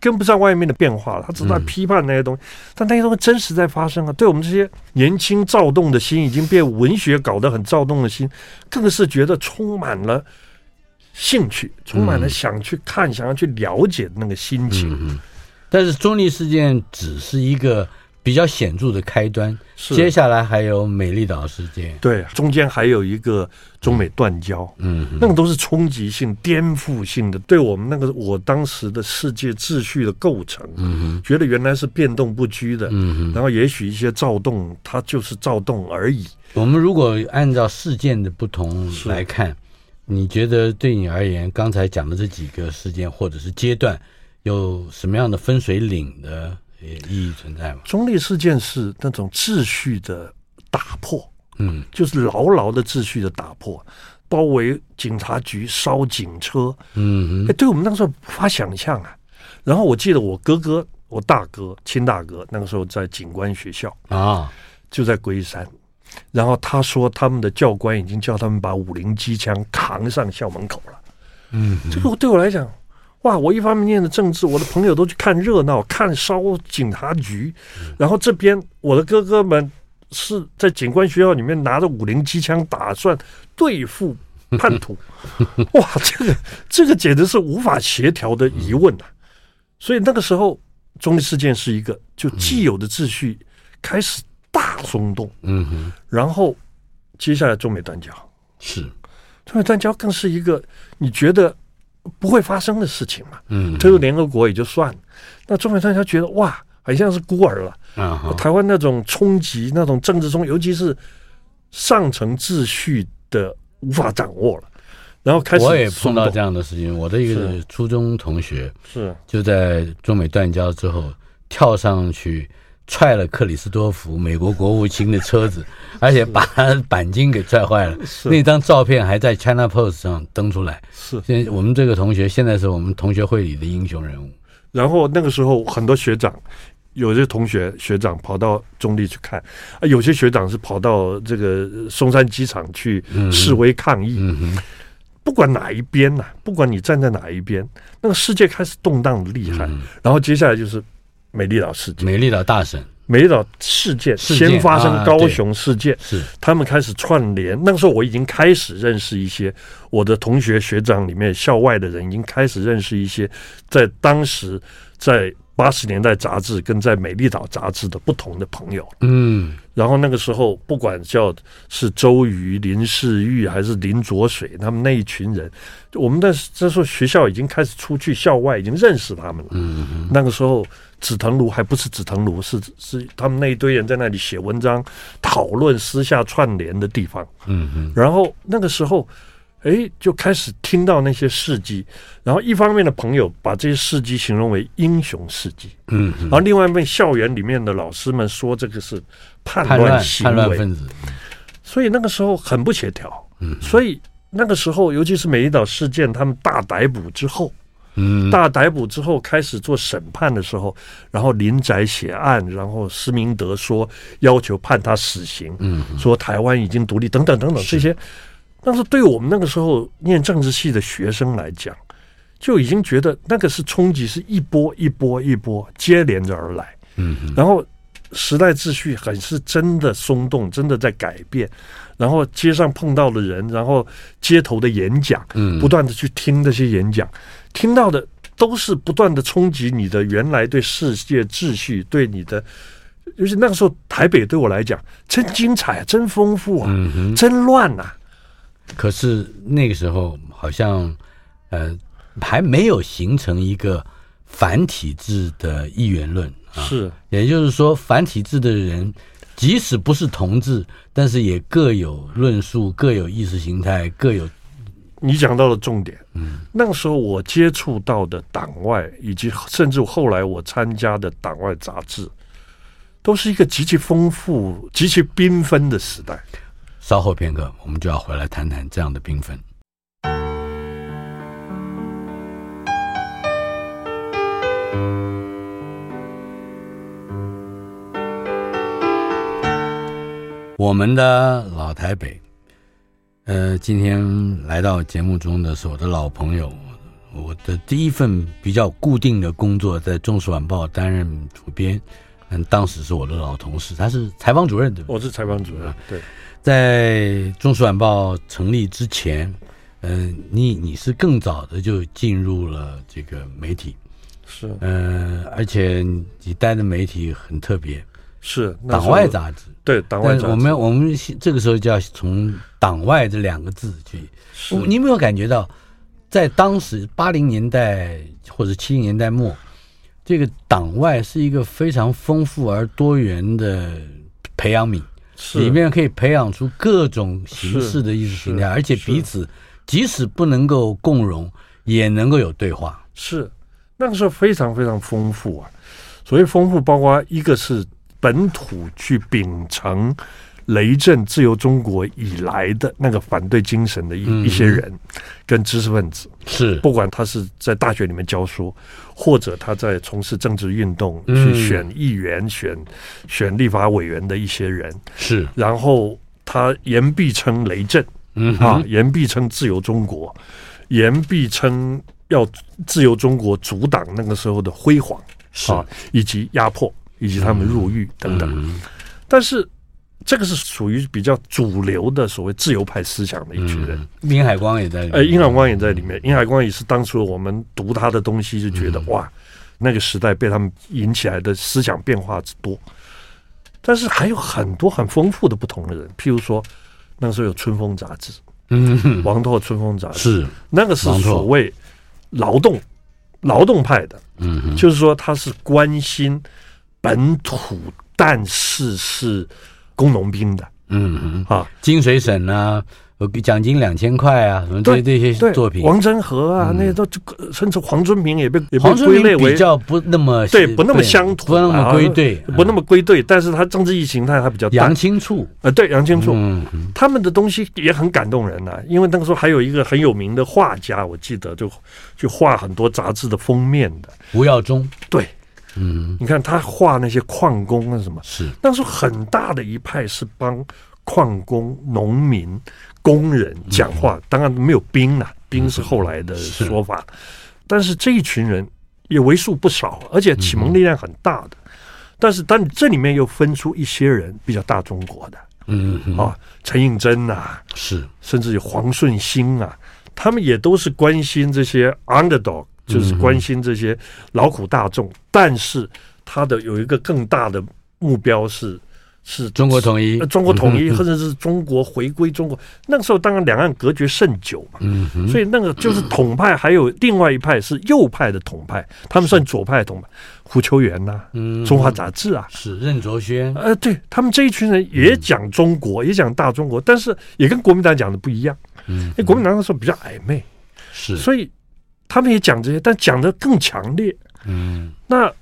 Speaker 4: 跟不上外面的变化了，他只在批判那些东西，但那些东西真实在发生啊，对我们这些年轻躁动的心，已经被文学搞得很躁动的心，更是觉得充满了兴趣，充满了想去看、想要去了解的那个心情。
Speaker 3: 嗯哼，但是中立事件只是一个比较显著的开端，
Speaker 4: 是
Speaker 3: 接下来还有美丽岛事件，
Speaker 4: 对，啊中间还有一个中美断交，
Speaker 3: 嗯哼，
Speaker 4: 那个都是冲击性、颠覆性的，对我们那个我当时的世界秩序的构成，
Speaker 3: 嗯
Speaker 4: 觉得原来是变动不居的，
Speaker 3: 嗯哼，
Speaker 4: 然后也许一些躁动，它就是躁动而已。
Speaker 3: 我们如果按照事件的不同来看，你觉得对你而言，刚才讲的这几个事件或者是阶段，有什么样的分水岭的呃意义存在吗？
Speaker 4: 中立事件是那种秩序的打破，
Speaker 3: 嗯
Speaker 4: 就是牢牢的秩序的打破，包围警察局、烧警车，
Speaker 3: 嗯
Speaker 4: 哎，对我们那个时候无法想象啊。然后我记得我哥哥，我大哥、亲大哥，那个时候在警官学校，
Speaker 3: 哼啊，
Speaker 4: 就在龟山。然后他说，他们的教官已经叫他们把五零机枪扛上校门口了。
Speaker 3: 嗯，
Speaker 4: 这个对我来讲，哇！我一方面念的政治，我的朋友都去看热闹，看烧警察局，然后这边我的哥哥们是在警官学校里面拿着五零机枪，打算对付叛徒。哇，这个这个简直是无法协调的疑问啊！所以那个时候，中立事件是一个就既有的秩序开始大松动，
Speaker 3: 嗯哼，
Speaker 4: 然后接下来中美断交，
Speaker 3: 是，
Speaker 4: 中美断交更是一个你觉得不会发生的事情嘛。
Speaker 3: 嗯
Speaker 4: 退入联合国也就算了，那中美断交觉得哇，很像是孤儿了。
Speaker 3: 嗯哼，
Speaker 4: 台湾那种冲击、那种政治冲，尤其是上层秩序的无法掌握了，然后开始
Speaker 3: 我也碰到
Speaker 4: 松动
Speaker 3: 这样的事情。我的一个
Speaker 4: 是
Speaker 3: 初中同学
Speaker 4: 是
Speaker 3: 就在中美断交之后跳上去踹了克里斯多夫美国国务卿的车 子，而且把他钣金给踹坏了。
Speaker 4: 是
Speaker 3: 那张照片还在 China Post 上登出来。
Speaker 4: 是。
Speaker 3: 现在我们这个同学现在是我们同学会里的英雄人物。
Speaker 4: 然后那个时候很多学长，有些同学学长跑到中立去看，啊，有些学长是跑到这个呃松山机场去
Speaker 3: 嗯
Speaker 4: 示威抗议。
Speaker 3: 嗯哼，
Speaker 4: 不管哪一边呐、不管你站在哪一边，那个世界开始动荡的厉害。
Speaker 3: 嗯
Speaker 4: 然后接下来就是美丽岛事件，
Speaker 3: 美丽岛大神
Speaker 4: 美丽岛事件
Speaker 3: 事件
Speaker 4: 先发生
Speaker 3: 啊
Speaker 4: 高
Speaker 3: 对
Speaker 4: 雄事件，
Speaker 3: 是
Speaker 4: 他们开始串联。那个时候我已经开始认识一些我的同学学长里面校外的人，已经开始认识一些在当时在八十年代杂志跟在美丽岛杂志的不同的朋友。
Speaker 3: 嗯
Speaker 4: 然后那个时候，不管叫是周瑜、林世玉还是林浊水，他们那一群人，我们那时这时候学校已经开始出去校外，已经认识他们了。
Speaker 3: 嗯哼
Speaker 4: 那个时候，紫藤庐还不是紫藤庐，是是他们那一堆人在那里写文章、讨论、私下串联的地方。
Speaker 3: 嗯哼
Speaker 4: 然后那个时候，哎，就开始听到那些事迹。然后一方面的朋友把这些事迹形容为英雄事迹，
Speaker 3: 嗯哼，
Speaker 4: 然后另外一面校园里面的老师们说这个是叛
Speaker 3: 叛
Speaker 4: 乱
Speaker 3: 乱
Speaker 4: 行
Speaker 3: 叛乱
Speaker 4: 为，
Speaker 3: 分子，
Speaker 4: 所以那个时候很不协调。
Speaker 3: 嗯
Speaker 4: 所以那个时候，尤其是美丽岛事件，他们大逮捕之后，
Speaker 3: 嗯
Speaker 4: 大逮捕之后开始做审判的时候，然后林宅血案，然后施明德说要求判他死刑，
Speaker 3: 嗯
Speaker 4: 说台湾已经独立等等等等这些，但是对我们那个时候念政治系的学生来讲，就已经觉得那个是冲击，是一波一波一波接连着而来，
Speaker 3: 嗯哼
Speaker 4: 然后时代秩序很是真的松动，真的在改变，然后街上碰到的人，然后街头的演讲。
Speaker 3: 嗯
Speaker 4: 不断的去听这些演讲，听到的都是不断的冲击你的原来对世界秩序、对你的，尤其那个时候台北对我来讲真精彩、真丰富啊，
Speaker 3: 嗯哼。
Speaker 4: 真乱呐、啊，
Speaker 3: 可是那个时候好像，呃，还没有形成一个反体制的一元论啊。
Speaker 4: 是
Speaker 3: 也就是说，反体制的人，即使不是同志，但是也各有论述，各有意识形态，各有
Speaker 4: 你讲到了重点。嗯，那个时候我接触到的党外，以及甚至后来我参加的党外杂志，都是一个极其丰富、极其缤纷的时代。
Speaker 3: 稍后片刻，我们就要回来谈谈这样的缤纷。我们的老台北，呃，今天来到节目中的是我的老朋友，我的第一份比较固定的工作在《中时晚报》担任主编，嗯，当时是我的老同事，他是采访主任，对不对？
Speaker 4: 我是采访主任，嗯对，
Speaker 3: 在《中时晚报》成立之前，嗯、你你是更早的就进入了这个媒体，
Speaker 4: 是
Speaker 3: 嗯、而且你待的媒体很特别，
Speaker 4: 是那时候
Speaker 3: 党外杂志。
Speaker 4: 对党外
Speaker 3: 但
Speaker 4: 杂
Speaker 3: 是
Speaker 4: 志，
Speaker 3: 我们我们这个时候就要从“党外”这两个字去，
Speaker 4: 是
Speaker 3: 你有没有感觉到，在当时八零年代或者七零年代末，这个党外是一个非常丰富而多元的培养皿。
Speaker 4: 是
Speaker 3: 里面可以培养出各种形式的意识形态，
Speaker 4: 是
Speaker 3: 而且彼此即使不能够共融，也能够有对话。
Speaker 4: 是那个时候非常非常丰富啊。所谓丰富，包括一个是本土去秉承雷震自由中国以来的那个反对精神的一、
Speaker 3: 嗯
Speaker 4: 一些人跟知识分子，
Speaker 3: 是
Speaker 4: 不管他是在大学里面教书，或者他在从事政治运动
Speaker 3: 嗯
Speaker 4: 去选议员、选选立法委员的一些人，
Speaker 3: 是，
Speaker 4: 然后他言必称雷震。
Speaker 3: 嗯
Speaker 4: 啊
Speaker 3: 哼，，
Speaker 4: 言必称自由中国，言必称要自由中国阻挡那个时候的辉煌
Speaker 3: 是
Speaker 4: 啊，以及压迫，以及他们入狱等等。
Speaker 3: 嗯
Speaker 4: 但是这个是属于比较主流的所谓自由派思想的一群人。
Speaker 3: 嗯，林海光也在里面。
Speaker 4: 呃，殷海光也在里面，殷海光也是当初我们读他的东西就觉
Speaker 3: 嗯
Speaker 4: 得、哇，那个时代被他们引起来的思想变化之多。但是还有很多很丰富的不同的人，譬如说那个时候有《春风》杂志，
Speaker 3: 嗯哼，
Speaker 4: 王拓《春风》杂志，
Speaker 3: 是，
Speaker 4: 那个是
Speaker 3: 王朔
Speaker 4: 所谓劳动劳动派的，
Speaker 3: 嗯哼，
Speaker 4: 就是说他是关心本土，但是是工农兵的
Speaker 3: 嗯哼，
Speaker 4: 啊，
Speaker 3: 金水省啊，呃奖金两千块啊，什么这这些
Speaker 4: 对
Speaker 3: 作品，嗯
Speaker 4: 王真和啊，那些都甚至黄春明也被也被
Speaker 3: 黄
Speaker 4: 归
Speaker 3: 春
Speaker 4: 类
Speaker 3: 明
Speaker 4: 为
Speaker 3: 比较不那么
Speaker 4: 对不那么乡土
Speaker 3: 不
Speaker 4: 啊，
Speaker 3: 那么归队，嗯
Speaker 4: 不那么归队，但是他政治意情态还比较大
Speaker 3: 杨。青处，
Speaker 4: 呃，对，杨千柱，
Speaker 3: 嗯哼
Speaker 4: 他们的东西也很感动人呐、啊因为那个时候还有一个很有名的画家，我记得就就画很多杂志的封面的。
Speaker 3: 吴耀宗，
Speaker 4: 对，
Speaker 3: 嗯，
Speaker 4: 你看他画那些矿工啊什么，
Speaker 3: 是
Speaker 4: 那时候很大的一派是帮矿工、农民、工人讲话，当然没有兵啦、兵是后来的
Speaker 3: 是
Speaker 4: 说法。但是这一群人也为数不少，而且启蒙力量很大的。但是，但这里面又分出一些人比较大中国的
Speaker 3: 嗯哼
Speaker 4: 啊，陈应真呐、
Speaker 3: 是
Speaker 4: 甚至有黄顺兴啊，他们也都是关心这些 underdog，就是关心这些劳苦大众。但是他的有一个更大的目标是是
Speaker 3: 中国统一嗯
Speaker 4: 呃，中国统一，或者是中国回归中国。那个时候当然两岸隔绝甚久嘛，
Speaker 3: 嗯哼，
Speaker 4: 所以那个就是统派，还有另外一派是右派的统派，他们算左派的统派，胡秋元呐、
Speaker 3: 嗯
Speaker 4: 中华杂志啊。
Speaker 3: 是任卓轩，
Speaker 4: 呃，对他们这一群人
Speaker 3: 嗯
Speaker 4: 也讲中国，也讲大中国，但是也跟国民党讲的不一样。
Speaker 3: 嗯
Speaker 4: 因为国民党那时候比较暧昧，
Speaker 3: 是
Speaker 4: 所以他们也讲这些，但讲的更强烈。
Speaker 3: 嗯
Speaker 4: 那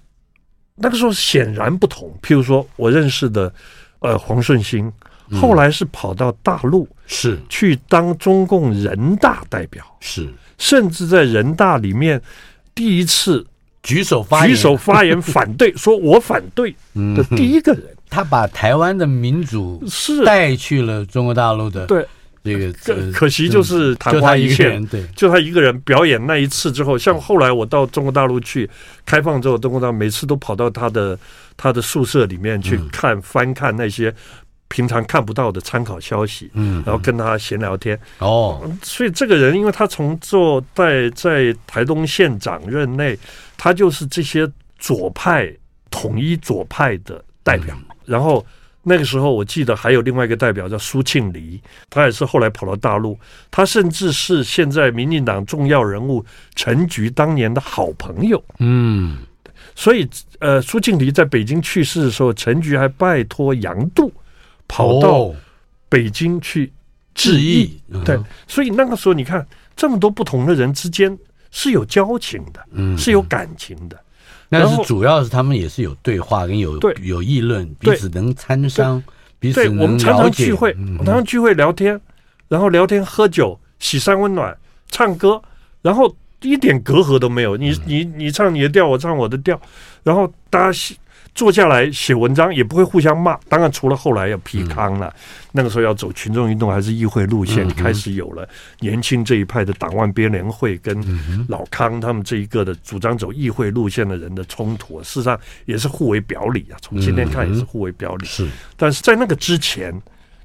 Speaker 4: 那个时候显然不同。譬如说我认识的呃黄顺兴，
Speaker 3: 嗯
Speaker 4: 后来是跑到大陆
Speaker 3: 是
Speaker 4: 去当中共人大代表，
Speaker 3: 是
Speaker 4: 甚至在人大里面第一次
Speaker 3: 举手发言，
Speaker 4: 举手发言反对，说我反对
Speaker 3: 嗯
Speaker 4: 的第一个人
Speaker 3: 他把台湾的民主
Speaker 4: 是。
Speaker 3: 带去了中国大陆的
Speaker 4: 对，
Speaker 3: 这个，
Speaker 4: 可
Speaker 3: 呃
Speaker 4: 可惜就是昙
Speaker 3: 就
Speaker 4: 花
Speaker 3: 他
Speaker 4: 一
Speaker 3: 一个
Speaker 4: 现，
Speaker 3: 人，对，
Speaker 4: 就他一个人表演那一次之后，像后来我到中国大陆去开放之后，中国大陆每次都跑到他的他的宿舍里面
Speaker 3: 嗯
Speaker 4: 去看、翻看那些平常看不到的参考消息，
Speaker 3: 嗯，
Speaker 4: 然后跟他闲聊天。
Speaker 3: 哦，
Speaker 4: 所以这个人，因为他从做在在台东县长任内，他就是这些左派统一左派的代表。然后那个时候，我记得还有另外一个代表叫苏庆黎，他也是后来跑到大陆，他甚至是现在民进党重要人物陈菊当年的好朋友。
Speaker 3: 嗯，
Speaker 4: 所以，呃，苏庆黎在北京去世的时候，陈菊还拜托杨度跑到
Speaker 3: 哦
Speaker 4: 北京去
Speaker 3: 致意，嗯
Speaker 4: 对，所以那个时候你看，这么多不同的人之间是有交情的，
Speaker 3: 嗯，
Speaker 4: 是有感情的。
Speaker 3: 但
Speaker 4: 然
Speaker 3: 是
Speaker 4: 后
Speaker 3: 主要是他们也是有对话跟有
Speaker 4: 对
Speaker 3: 有议论，彼
Speaker 4: 对
Speaker 3: 此能参商，彼
Speaker 4: 对
Speaker 3: 此
Speaker 4: 我
Speaker 3: 能
Speaker 4: 们常
Speaker 3: 了
Speaker 4: 常
Speaker 3: 解。
Speaker 4: 聚会，我
Speaker 3: 嗯
Speaker 4: 们常常聚会聊天，然后聊天喝酒、喜山温暖、唱歌，然后一点隔阂都没有。
Speaker 3: 嗯
Speaker 4: 你你你唱你的调，我唱我的调，然后大家写坐下来写文章也不会互相骂。当然，除了后来要批康
Speaker 3: 嗯
Speaker 4: 了，那个时候要走群众运动还是议会路线，开始有了年轻这一派的党万编联会跟
Speaker 3: 嗯
Speaker 4: 老康他们这一个的主张走议会路线的人的冲突，事实上也是互为表里啊。从今天看也是互为表里。
Speaker 3: 嗯是，
Speaker 4: 但是在那个之前，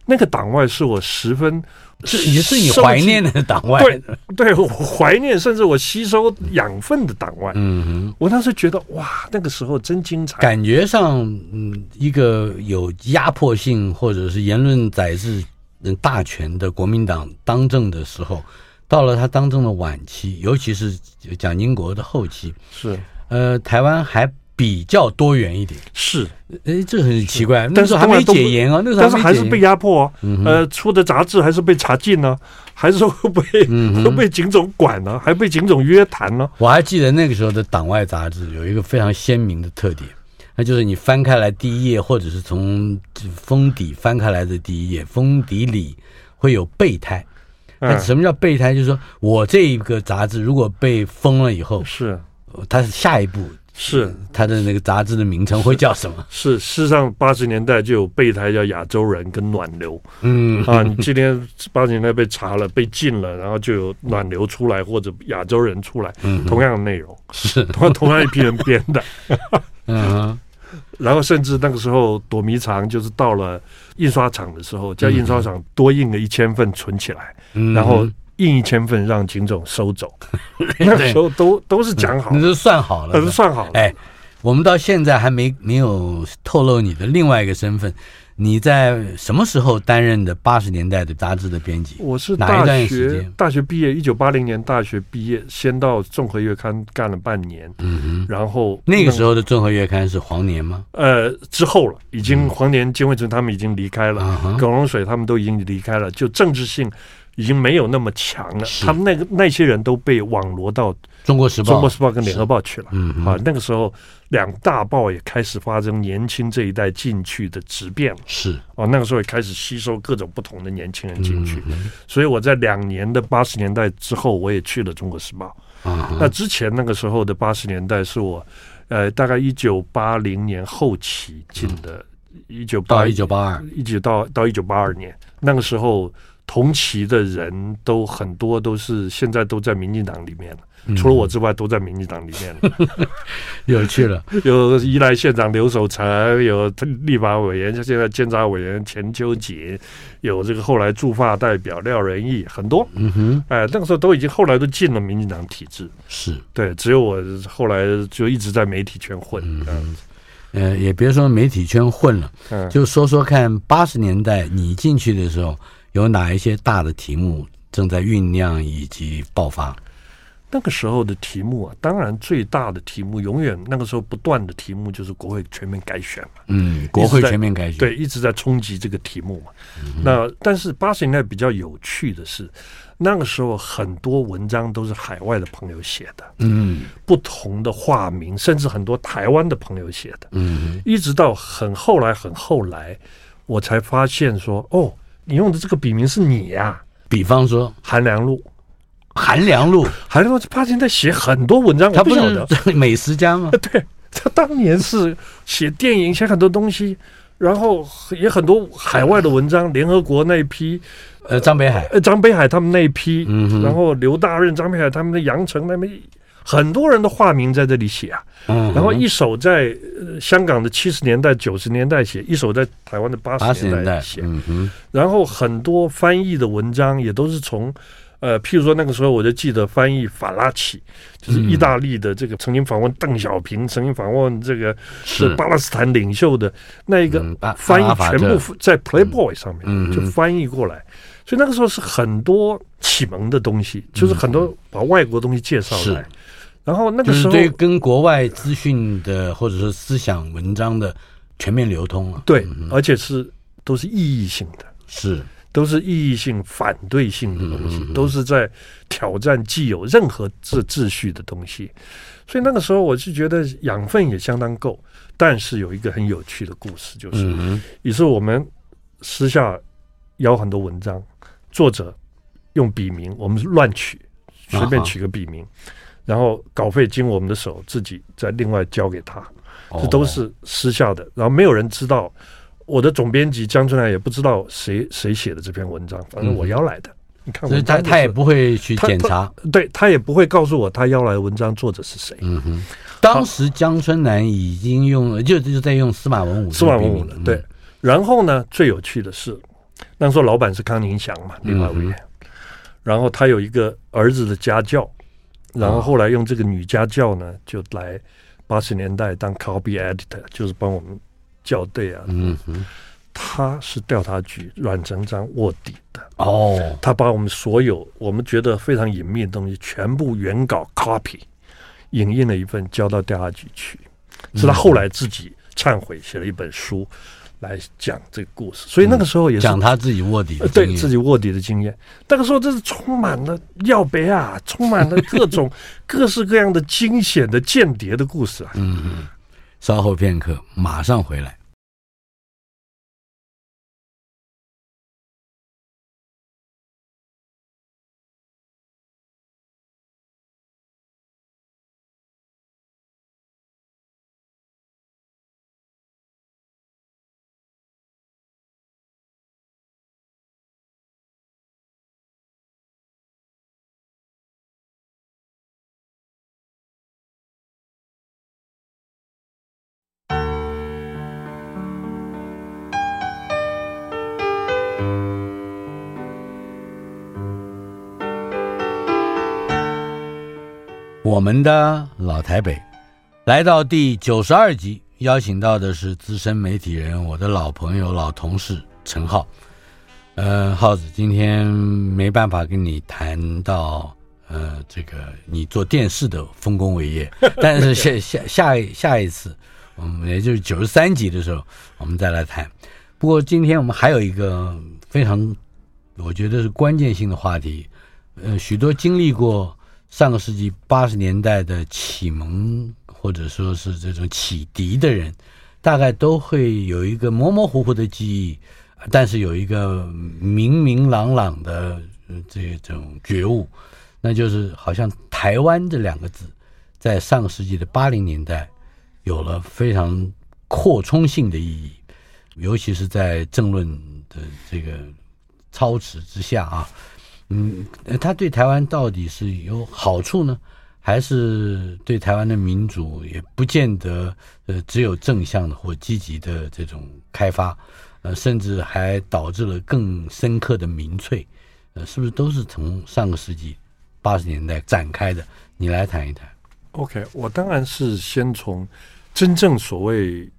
Speaker 4: 那个党外是我十分
Speaker 3: 这也是你怀念的党外。
Speaker 4: 对对 我怀念，甚至我吸收养分的党外。
Speaker 3: 嗯哼，
Speaker 4: 我当时觉得哇，那个时候真精彩。
Speaker 3: 感觉上，嗯，一个有压迫性或者是言论宰制嗯大权的国民党当政的时候，到了他当政的晚期，尤其是蒋经国的后期，
Speaker 4: 是
Speaker 3: 呃，台湾还比较多元一点。
Speaker 4: 是，
Speaker 3: 哎，这很奇怪，那
Speaker 4: 但
Speaker 3: 时
Speaker 4: 是
Speaker 3: 候还没
Speaker 4: 东
Speaker 3: 解
Speaker 4: 莞
Speaker 3: 严啊，那时候
Speaker 4: 但是还是
Speaker 3: 没解
Speaker 4: 被
Speaker 3: 严
Speaker 4: 压迫哦。呃，出的杂志还是被查禁呢、 还是会被、 会被警总管呢、还被警总约谈呢、
Speaker 3: 我还记得那个时候的党外杂志有一个非常鲜明的特点，那就是你翻开来第一页，或者是从封底翻开来的第一页，封底里会有备胎。那
Speaker 4: 嗯，
Speaker 3: 什么叫备胎？就是说我这一个杂志如果被封了以后，
Speaker 4: 是
Speaker 3: 呃它下一步
Speaker 4: 是
Speaker 3: 它的那个杂志的名称会叫什么？
Speaker 4: 是，事实上八十年代就有备胎叫亚洲人跟暖流。
Speaker 3: 嗯，
Speaker 4: 啊，你今天八十年代被查了、被禁了，然后就有暖流出来或者亚洲人出来，同样的内容，
Speaker 3: 嗯 是，
Speaker 4: 同同样一批人编的。
Speaker 3: 嗯哼，
Speaker 4: 然后甚至那个时候躲迷藏，就是到了印刷厂的时候，叫印刷厂多印个一千份存起来，
Speaker 3: 嗯
Speaker 4: 然后印一千份让警总收 走。那个时候都都是讲好
Speaker 3: 那
Speaker 4: 了，
Speaker 3: 就算好了
Speaker 4: 呃，
Speaker 3: 哎
Speaker 4: 算好了。
Speaker 3: 哎，我们到现在还没没有透露你的另外一个身份，你在什么时候担任的八十年代的杂志的编辑？
Speaker 4: 我是
Speaker 3: 哪一
Speaker 4: 大
Speaker 3: 段时
Speaker 4: 学
Speaker 3: 间？
Speaker 4: 大学毕业，一九八零年大学毕业，先到综合月刊干了半年，
Speaker 3: 嗯哼，
Speaker 4: 然后
Speaker 3: 那个
Speaker 4: 弄
Speaker 3: 时候的《综合月刊》是黄年吗？
Speaker 4: 呃之后了，已经黄年、金惠成他们已经离开了，
Speaker 3: 嗯啊哈，
Speaker 4: 耿荣水他们都已经离开了，就政治性已经没有那么强了。
Speaker 3: 是
Speaker 4: 他们那个那些人都被网罗到《
Speaker 3: 《中国时报》
Speaker 4: 中国时报》跟《联合报》去了。
Speaker 3: 嗯哼
Speaker 4: 啊，那个时候两大报也开始发生年轻这一代进去的质变了。
Speaker 3: 是
Speaker 4: 哦，那个时候也开始吸收各种不同的年轻人进去。
Speaker 3: 嗯哼
Speaker 4: 所以我在两年的八十年代之后，我也去了《中国时报》。
Speaker 3: 啊哈
Speaker 4: 那之前那个时候的八十年代是我，呃，大概一九八零年后期进的，一九
Speaker 3: 嗯到
Speaker 4: 八
Speaker 3: 一九八二，
Speaker 4: 一直到到一九八二年，那个时候同期的人都很多都是现在都在民进党里面了，
Speaker 3: 嗯
Speaker 4: 除了我之外都在民进党里面了。
Speaker 3: 有趣了。
Speaker 4: 有宜兰县长刘守成，有立法委员现在监察委员钱秋瑾，有这个后来驻法代表廖仁义，很多。
Speaker 3: 嗯哼，
Speaker 4: 哎，那个时候都已经后来都进了民进党体制，
Speaker 3: 是，
Speaker 4: 对，只有我后来就一直在媒体圈混。嗯
Speaker 3: 呃，也别说媒体圈混了，
Speaker 4: 嗯，
Speaker 3: 就说说看，八十年代你进去的时候，有哪一些大的题目正在酝酿以及爆发？
Speaker 4: 那个时候的题目啊，当然最大的题目，永远那个时候不断的题目就是国会全面改选嘛，
Speaker 3: 嗯，国会全面改选，
Speaker 4: 对，一直在冲击这个题目嘛。
Speaker 3: 嗯
Speaker 4: 那但是八十年代比较有趣的是，那个时候很多文章都是海外的朋友写的，
Speaker 3: 嗯
Speaker 4: 不同的化名，甚至很多台湾的朋友写的，
Speaker 3: 嗯
Speaker 4: 一直到很后来很后来，我才发现说，哦，你用的这个笔名是你呀、
Speaker 3: 哼，比方说
Speaker 4: 韩良露。
Speaker 3: 韩良露，
Speaker 4: 韩良露八十年代写很多文章，
Speaker 3: 他
Speaker 4: 我
Speaker 3: 不
Speaker 4: 不晓得。
Speaker 3: 是 美食家吗？
Speaker 4: 对他当年是写电影，写很多东西，然后也很多海外的文章，联合国那一批，
Speaker 3: 呃，张北海，
Speaker 4: 呃，张北海他们那一批，
Speaker 3: 嗯哼
Speaker 4: 然后刘大任、张北海他们的杨成那边。很多人的化名在这里写啊，
Speaker 3: 嗯，
Speaker 4: 然后一手在、呃香港的七十年代、九十年代写，一手在台湾的八
Speaker 3: 八
Speaker 4: 十
Speaker 3: 十年代
Speaker 4: 代，写，
Speaker 3: 嗯哼，
Speaker 4: 然后很多翻译的文章也都是从，呃，譬如说那个时候我就记得翻译法拉奇，就是
Speaker 3: 嗯
Speaker 4: 意大利的这个曾经访问邓小平，曾经访问这个是巴勒斯坦领袖的那一个
Speaker 3: 嗯巴
Speaker 4: 翻
Speaker 3: 阿拉
Speaker 4: 译，
Speaker 3: 法
Speaker 4: 全
Speaker 3: 特
Speaker 4: 部在 Playboy 上
Speaker 3: 嗯
Speaker 4: 面就翻译过来。所以那个时候是很多启蒙的东西，就是很多把外国东西介绍来
Speaker 3: 嗯是。
Speaker 4: 然后那
Speaker 3: 就
Speaker 4: 个时
Speaker 3: 是
Speaker 4: 候，
Speaker 3: 对于跟国外资讯的或者说思想文章的全面流通啊，
Speaker 4: 对，而且是都是意义性的。
Speaker 3: 是
Speaker 4: 都是意义性、反对性的东西，
Speaker 3: 嗯
Speaker 4: 都是在挑战既有任何秩秩序的东西。所以那个时候，我是觉得养分也相当够。但是有一个很有趣的故事，就是
Speaker 3: 嗯
Speaker 4: 也是我们私下邀很多文章，作者用笔名，我们是乱取，
Speaker 3: 啊
Speaker 4: 随便取个笔名，然后稿费经我们的手，自己再另外交给他。
Speaker 3: 哼，
Speaker 4: 这都
Speaker 3: 哦
Speaker 4: 是私下的，然后没有人知道。我的总编辑江春来也不知道谁谁写的这篇文章，反正我邀来的。你看
Speaker 3: 哦，嗯所以
Speaker 4: 文
Speaker 3: 他
Speaker 4: 章就是，
Speaker 3: 他也不会去
Speaker 4: 他
Speaker 3: 检查，
Speaker 4: 对他也不会告诉我他邀来的文章作者是谁。
Speaker 3: 嗯哼，当时江春南已经用就就在用司马文武
Speaker 4: 司马文
Speaker 3: 这
Speaker 4: 武了
Speaker 3: 个笔名，
Speaker 4: 对。然后呢，最有趣的是，那时候老板是康宁祥嘛，立法委员，然后他有一个儿子的家教，然后后来用这个女家教呢，就来八十年代当 copy editor，就是帮我们校对啊，
Speaker 3: 嗯哼，
Speaker 4: 他是调查局阮成章卧底的，
Speaker 3: 哦，
Speaker 4: 他把我们所有我们觉得非常隐秘的东西全部原稿 copy 影印了一份交到调查局去，
Speaker 3: 嗯
Speaker 4: 是他后来自己忏悔写了一本书来讲这个故事，所以那个时候也是
Speaker 3: 嗯讲他自己卧底
Speaker 4: 呃
Speaker 3: 的经
Speaker 4: 对
Speaker 3: 验
Speaker 4: 自己卧底的经验。那个时候真是充满了耀北啊，充满了各种 各式各样的惊险的间谍的故事啊。
Speaker 3: 稍后片刻，马上回来。我们的老台北，来到第九十二集，邀请到的是资深媒体人，我的老朋友、老同事陈浩。呃，浩子，今天没办法跟你谈到呃这个你做电视的丰功伟业，但是下下下一下一次，我们也就是九十三集的时候，我们再来谈。不过今天我们还有一个非常，我觉得是关键性的话题，呃，许多经历过上个世纪八十年代的启蒙或者说是这种启迪的人，大概都会有一个模模糊糊的记忆，但是有一个明明朗朗的呃这种觉悟，那就是好像“台湾”这两个字，在上个世纪的八零年代有了非常扩充性的意义，尤其是在政论的这个操持之下啊，嗯，呃它对台湾到底是有好处呢，还是对台湾的民主也不见得呃只有正向的或积极的这种开发，呃，甚至还导致了更深刻的民粹，呃，是不是都是从上个世纪八十年代展开的？你来谈一谈。
Speaker 4: OK，我当然是先从真正所谓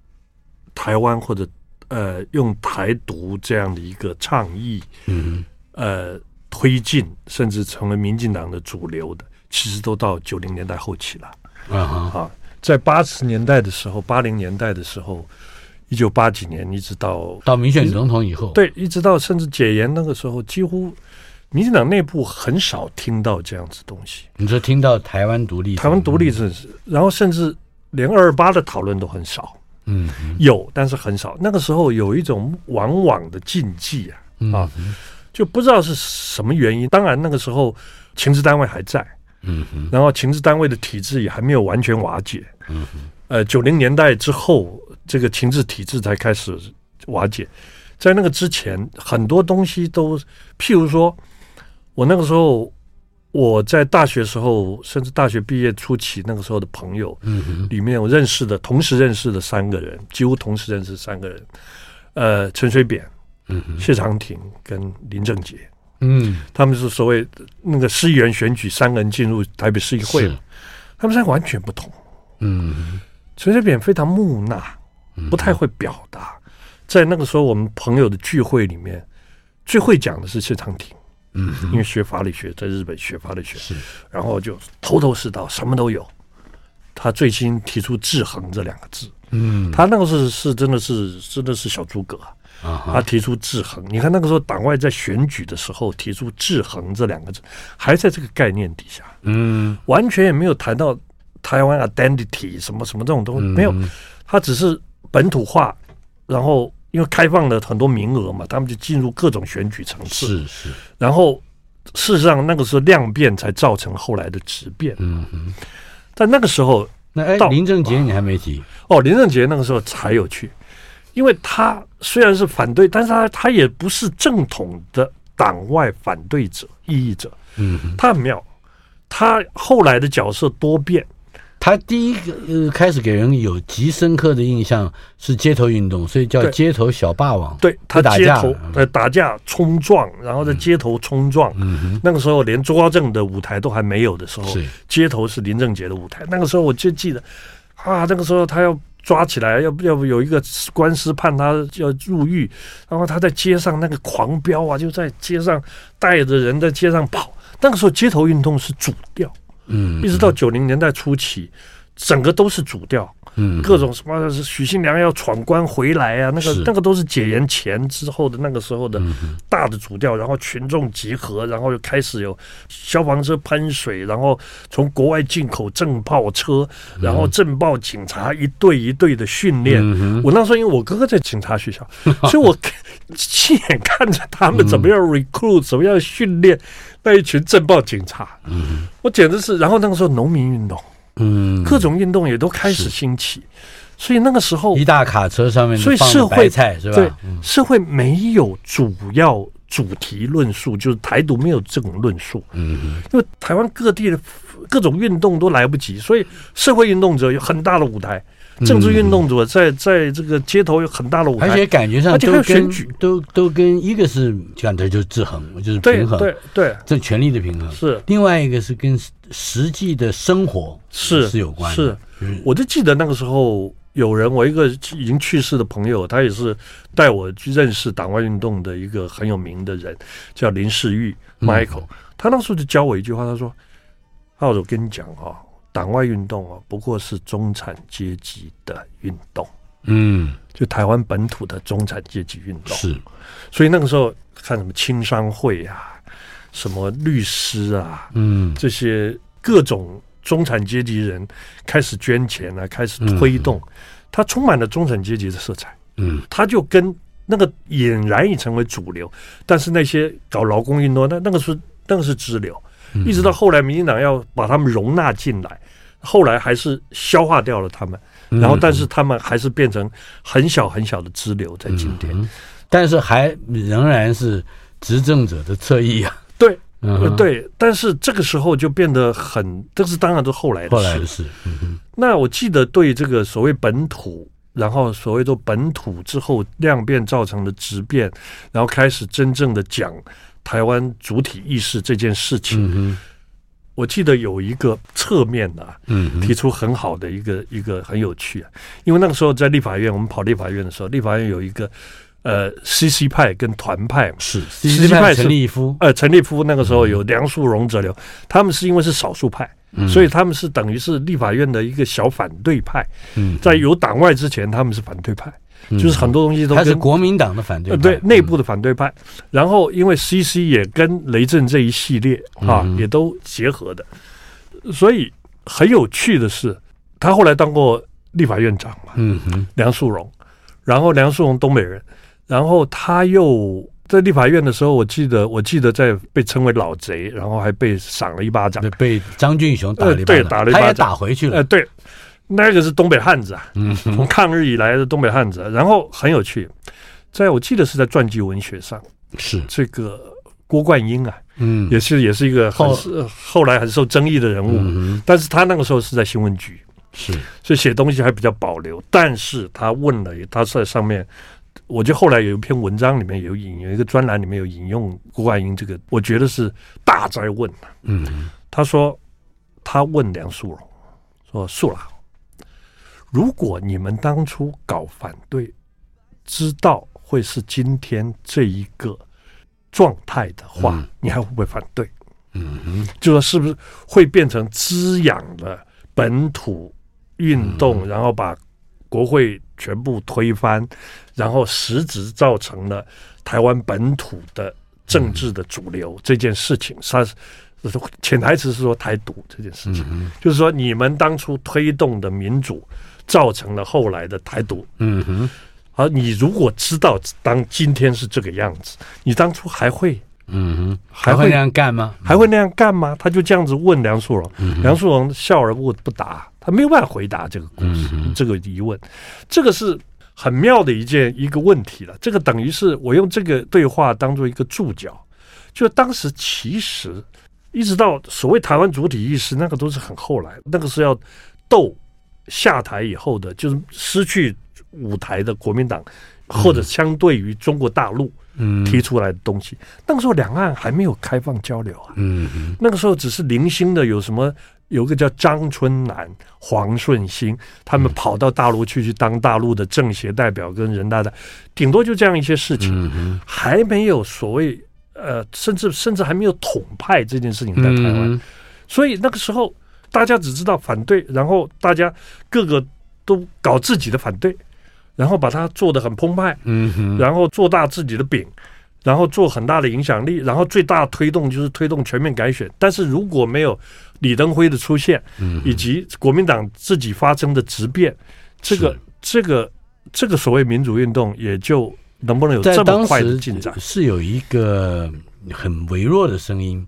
Speaker 4: 台湾或者呃用台独这样的一个倡议，
Speaker 3: 嗯
Speaker 4: 呃推进，甚至成为民进党的主流的，其实都到九零年代后期了。
Speaker 3: 哼啊哈
Speaker 4: 啊，在八十年代的时候，八零年代的时候，一九八几年一直到
Speaker 3: 到民选总统以后，
Speaker 4: 对，一直到甚至解严那个时候，几乎民进党内部很少听到这样子东西。
Speaker 3: 你说听到台湾独立，
Speaker 4: 台湾独立这是，然后甚至连二二八的讨论都很少，
Speaker 3: 嗯，嗯
Speaker 4: 有但是很少。那个时候有一种往往的禁忌啊，
Speaker 3: 嗯
Speaker 4: 啊，就不知道是什么原因。当然那个时候情治单位还在，
Speaker 3: 嗯哼，
Speaker 4: 然后情治单位的体制也还没有完全瓦解。
Speaker 3: 嗯
Speaker 4: 呃，九零年代之后，这个情治体制才开始瓦解。在那个之前，很多东西都，譬如说，我那个时候我在大学时候，甚至大学毕业初期，那个时候的朋友
Speaker 3: 嗯哼，
Speaker 4: 里面，我认识的同时认识的三个人，几乎同时认识三个人，呃，陈水扁、
Speaker 3: 嗯哼，
Speaker 4: 谢长廷跟林正杰，
Speaker 3: 嗯，
Speaker 4: 他们是所谓那个市议员选举，三个人进入台北市议会
Speaker 3: 是
Speaker 4: 嘛，他们三个完全不同。
Speaker 3: 嗯哼
Speaker 4: 陈水扁非常木讷，
Speaker 3: 嗯
Speaker 4: 不太会表达。在那个时候，我们朋友的聚会里面，最会讲的是谢长廷，
Speaker 3: 嗯
Speaker 4: 因为学法律学，在日本学法律学，
Speaker 3: 是，
Speaker 4: 然后就头头是道，什么都有。他最新提出“制衡”这两个字，
Speaker 3: 嗯
Speaker 4: 他那个是是真的是真的是小诸葛啊，
Speaker 3: 啊
Speaker 4: 他
Speaker 3: 哈，
Speaker 4: 提出制衡。你看那个时候党外在选举的时候提出“制衡”这两个字，还在这个概念底下，
Speaker 3: 嗯，
Speaker 4: 完全也没有谈到台湾 identity 什么什么这种东西，没有。
Speaker 3: 嗯
Speaker 4: 它只是本土化，然后因为开放了很多名额嘛，他们就进入各种选举层次，
Speaker 3: 是是，
Speaker 4: 然后事实上那个时候量变才造成后来的质变。
Speaker 3: 嗯哼，
Speaker 4: 但那个时候，
Speaker 3: 那哎，
Speaker 4: 到
Speaker 3: 林正杰你还没提，
Speaker 4: 哦，林正杰那个时候才有趣，因为他虽然是反对，但是他他也不是正统的党外反对者、异议者，
Speaker 3: 嗯哼，
Speaker 4: 他很妙。他后来的角色多变，
Speaker 3: 他第一个呃开始给人有极深刻的印象是街头运动，所以叫
Speaker 4: 对
Speaker 3: 街头小霸王，
Speaker 4: 对他
Speaker 3: 不打
Speaker 4: 街
Speaker 3: 架
Speaker 4: 头
Speaker 3: 了
Speaker 4: 在打架冲撞，然后在街头冲撞，
Speaker 3: 嗯
Speaker 4: 那个时候连中高正的舞台都还没有的时候
Speaker 3: 哼，，是，
Speaker 4: 街头是林正杰的舞台。那个时候我就记得，啊，那个时候他要抓起来，要不要不有一个官司判他要入狱，然后他在街上那个狂飙啊，就在街上带着人在街上跑。那个时候街头运动是主调，
Speaker 3: 嗯
Speaker 4: 一直到九零年代初期，整个都是主调。
Speaker 3: 嗯，
Speaker 4: 各种什么许信良要闯关回来啊，那
Speaker 3: 是
Speaker 4: 个那个都是解严前之后的那个时候的
Speaker 3: 嗯哼
Speaker 4: 大的主调，然后群众集合，然后又开始有消防车喷水，然后从国外进口震爆车，然后震爆警察一队一队的训练。
Speaker 3: 嗯
Speaker 4: 我那时候因为我哥哥在警 察学校，所以我亲眼看着他们怎么样
Speaker 3: 嗯
Speaker 4: recruit，怎么样训练那一群震爆警察，我简直是。然后那个时候农民运动。
Speaker 3: 嗯，
Speaker 4: 各种运动也都开始兴起，所以那个时候
Speaker 3: 一大卡车上面
Speaker 4: 所以
Speaker 3: 放
Speaker 4: 社
Speaker 3: 着
Speaker 4: 会
Speaker 3: 白菜是
Speaker 4: 对
Speaker 3: 吧？嗯
Speaker 4: 社会没有主要主题论述，就是台独没有这种论述，
Speaker 3: 嗯
Speaker 4: 因为台湾各地的各种运动都来不及，所以社会运动者有很大的舞台，
Speaker 3: 嗯
Speaker 4: 政治运动者在在这个街头有很大的舞
Speaker 3: 哼，而且
Speaker 4: 台。
Speaker 3: 感觉上
Speaker 4: 而且还
Speaker 3: 都
Speaker 4: 有选
Speaker 3: 跟
Speaker 4: 举
Speaker 3: 都都跟一个是讲的就是制衡，就是
Speaker 4: 对
Speaker 3: 平衡，
Speaker 4: 对对，
Speaker 3: 这权力的平衡。
Speaker 4: 是
Speaker 3: 另外一个是跟实实际的生活
Speaker 4: 是
Speaker 3: 是有关的，嗯
Speaker 4: 是
Speaker 3: 就是
Speaker 4: 我就记得那个时候，有人，我一个已经去世的朋友，他也是带我去认识党外运动的一个很有名的人，叫林世玉
Speaker 3: 嗯
Speaker 4: Michael。他那时候就教我一句话，他说：“浩子，我跟你讲哦，党外运动哦，不过是中产阶级的运动，
Speaker 3: 嗯，
Speaker 4: 就台湾本土的中产阶级运动。
Speaker 3: 是，
Speaker 4: 所以那个时候看什么青商会啊，什么律师啊，
Speaker 3: 嗯
Speaker 4: 这些各种中产阶级人开始捐钱啊，开始推动，它充满了中产阶级的色彩，
Speaker 3: 嗯
Speaker 4: 它就跟那个俨然已成为主流，但是那些搞劳工运动，那那个是那个是支流，
Speaker 3: 嗯
Speaker 4: 一直到后来民进党要把他们容纳进来，后来还是消化掉了他们，
Speaker 3: 嗯
Speaker 4: 然后但是他们还是变成很小很小的支流在今天，
Speaker 3: 嗯但是还仍然是执政者的侧翼啊。
Speaker 4: 对。
Speaker 3: 嗯
Speaker 4: 呃
Speaker 3: 哼，
Speaker 4: 对，但是这个时候就变得很，这是当然都是后来的
Speaker 3: 后
Speaker 4: 事。
Speaker 3: 来是，嗯哼
Speaker 4: 那我记得对这个所谓本土，然后所谓做本土之后量变造成的质变，然后开始真正的讲台湾主体意识这件事情，
Speaker 3: 嗯哼，
Speaker 4: 我记得有一个侧面啊，
Speaker 3: 嗯哼
Speaker 4: 提出很好的一个一个很有趣、啊，因为那个时候在立法院，我们跑立法院的时候，立法院有一个呃 CC 派跟团派嘛。
Speaker 3: 是
Speaker 4: 实
Speaker 3: 实
Speaker 4: 际
Speaker 3: 际
Speaker 4: 派
Speaker 3: 派
Speaker 4: 是
Speaker 3: 陈立夫，
Speaker 4: 呃，陈立夫那个时候有梁树荣、哲流，他们是因为是少数派，
Speaker 3: 嗯
Speaker 4: 所以他们是等于是立法院的一个小反对派。
Speaker 3: 嗯
Speaker 4: 在有党外之前，他们是反对派，
Speaker 3: 嗯
Speaker 4: 就是很多东西都
Speaker 3: 他是
Speaker 4: 跟
Speaker 3: 国民党的嗯反对
Speaker 4: 呃
Speaker 3: 派，
Speaker 4: 对内部的反对派。然后因为 CC 也跟雷震这一系列啊
Speaker 3: 嗯，
Speaker 4: 也都结合的，所以很有趣的是，他后来当过立法院长嘛，
Speaker 3: 嗯哼，
Speaker 4: 梁树荣，然后梁树荣东北人，然后他又。在立法院的时候，我记得，我记得在被称为老贼，然后还被赏了一巴掌
Speaker 3: 对。被张俊雄打
Speaker 4: 呃
Speaker 3: 了一巴
Speaker 4: 对
Speaker 3: 掌，
Speaker 4: 打了一
Speaker 3: 他
Speaker 4: 巴
Speaker 3: 也
Speaker 4: 掌
Speaker 3: 打回去
Speaker 4: 呃，
Speaker 3: 了，
Speaker 4: 对，那个是东北汉子啊，
Speaker 3: 嗯哼，
Speaker 4: 从抗日以来的东北汉子。然后很有趣，在我记得是在传记文学上，
Speaker 3: 是，
Speaker 4: 这个郭冠英啊，
Speaker 3: 嗯，
Speaker 4: 也是也是一个很
Speaker 3: 后
Speaker 4: 是后来很受争议的人物，
Speaker 3: 嗯哼，
Speaker 4: 但是他那个时候是在新闻局，
Speaker 3: 是，
Speaker 4: 所以写东西还比较保留。但是他问了，他在上面。我觉得后来有一篇文章里面有引有一个专栏里面有引用郭冠英这个，我觉得是大灾问。
Speaker 3: 嗯哼，
Speaker 4: 他说他问梁树荣说：“树老，如果你们当初搞反对，知道会是今天这一个状态的话，
Speaker 3: 嗯
Speaker 4: 你还会不会反对？
Speaker 3: 嗯哼，
Speaker 4: 就说是不是会变成滋养了本土运
Speaker 3: 嗯
Speaker 4: 动，然后把国会全部推翻，然后实质造成了台湾本土的政治的主流、
Speaker 3: 嗯
Speaker 4: 这件事情，它是潜台词是说台独这件事情，
Speaker 3: 嗯哼，
Speaker 4: 就是说你们当初推动的民主，造成了后来的台独。
Speaker 3: 嗯哼，
Speaker 4: 而你如果知道当今天是这个样子，你当初还会
Speaker 3: 嗯哼，
Speaker 4: 还
Speaker 3: 还
Speaker 4: 会
Speaker 3: 会这样干吗？
Speaker 4: 还会那样干吗？他就这样子问梁树荣，
Speaker 3: 嗯
Speaker 4: 梁树荣笑而不不答，他没有办法回答这个故
Speaker 3: 嗯
Speaker 4: 事、这个疑问，这个是很妙的一件一个问题了。这个等于是我用这个对话当做一个注脚，就当时其实一直到所谓台湾主体意识，那个都是很后来，那个是要斗下台以后的，就是失去舞台的国民党，或者相对于中国大陆
Speaker 3: 嗯
Speaker 4: 提出来的东西。那个时候两岸还没有开放交流啊，
Speaker 3: 嗯哼，
Speaker 4: 那个时候只是零星的有什么。有个叫张春兰、黄顺兴，他们跑到大陆去去当大陆的政协代表跟人大的，顶多就这样一些事情。
Speaker 3: 嗯哼，
Speaker 4: 还没有所谓呃，甚至甚至还没有统派这件事情在台湾，
Speaker 3: 嗯
Speaker 4: 所以那个时候大家只知道反对，然后大家各个都搞自己的反对，然后把它做得很澎湃，
Speaker 3: 嗯哼，
Speaker 4: 然后做大自己的饼，然后做很大的影响力，然后最大的推动就是推动全面改选。但是如果没有李登辉的出现，
Speaker 3: 嗯
Speaker 4: 以及国民党自己发生的质变，这个
Speaker 3: 是
Speaker 4: 这个这个所谓民主运动也就能不能有
Speaker 3: 在
Speaker 4: 这么
Speaker 3: 当
Speaker 4: 快的
Speaker 3: 时
Speaker 4: 进展？
Speaker 3: 是有一个很微弱的声音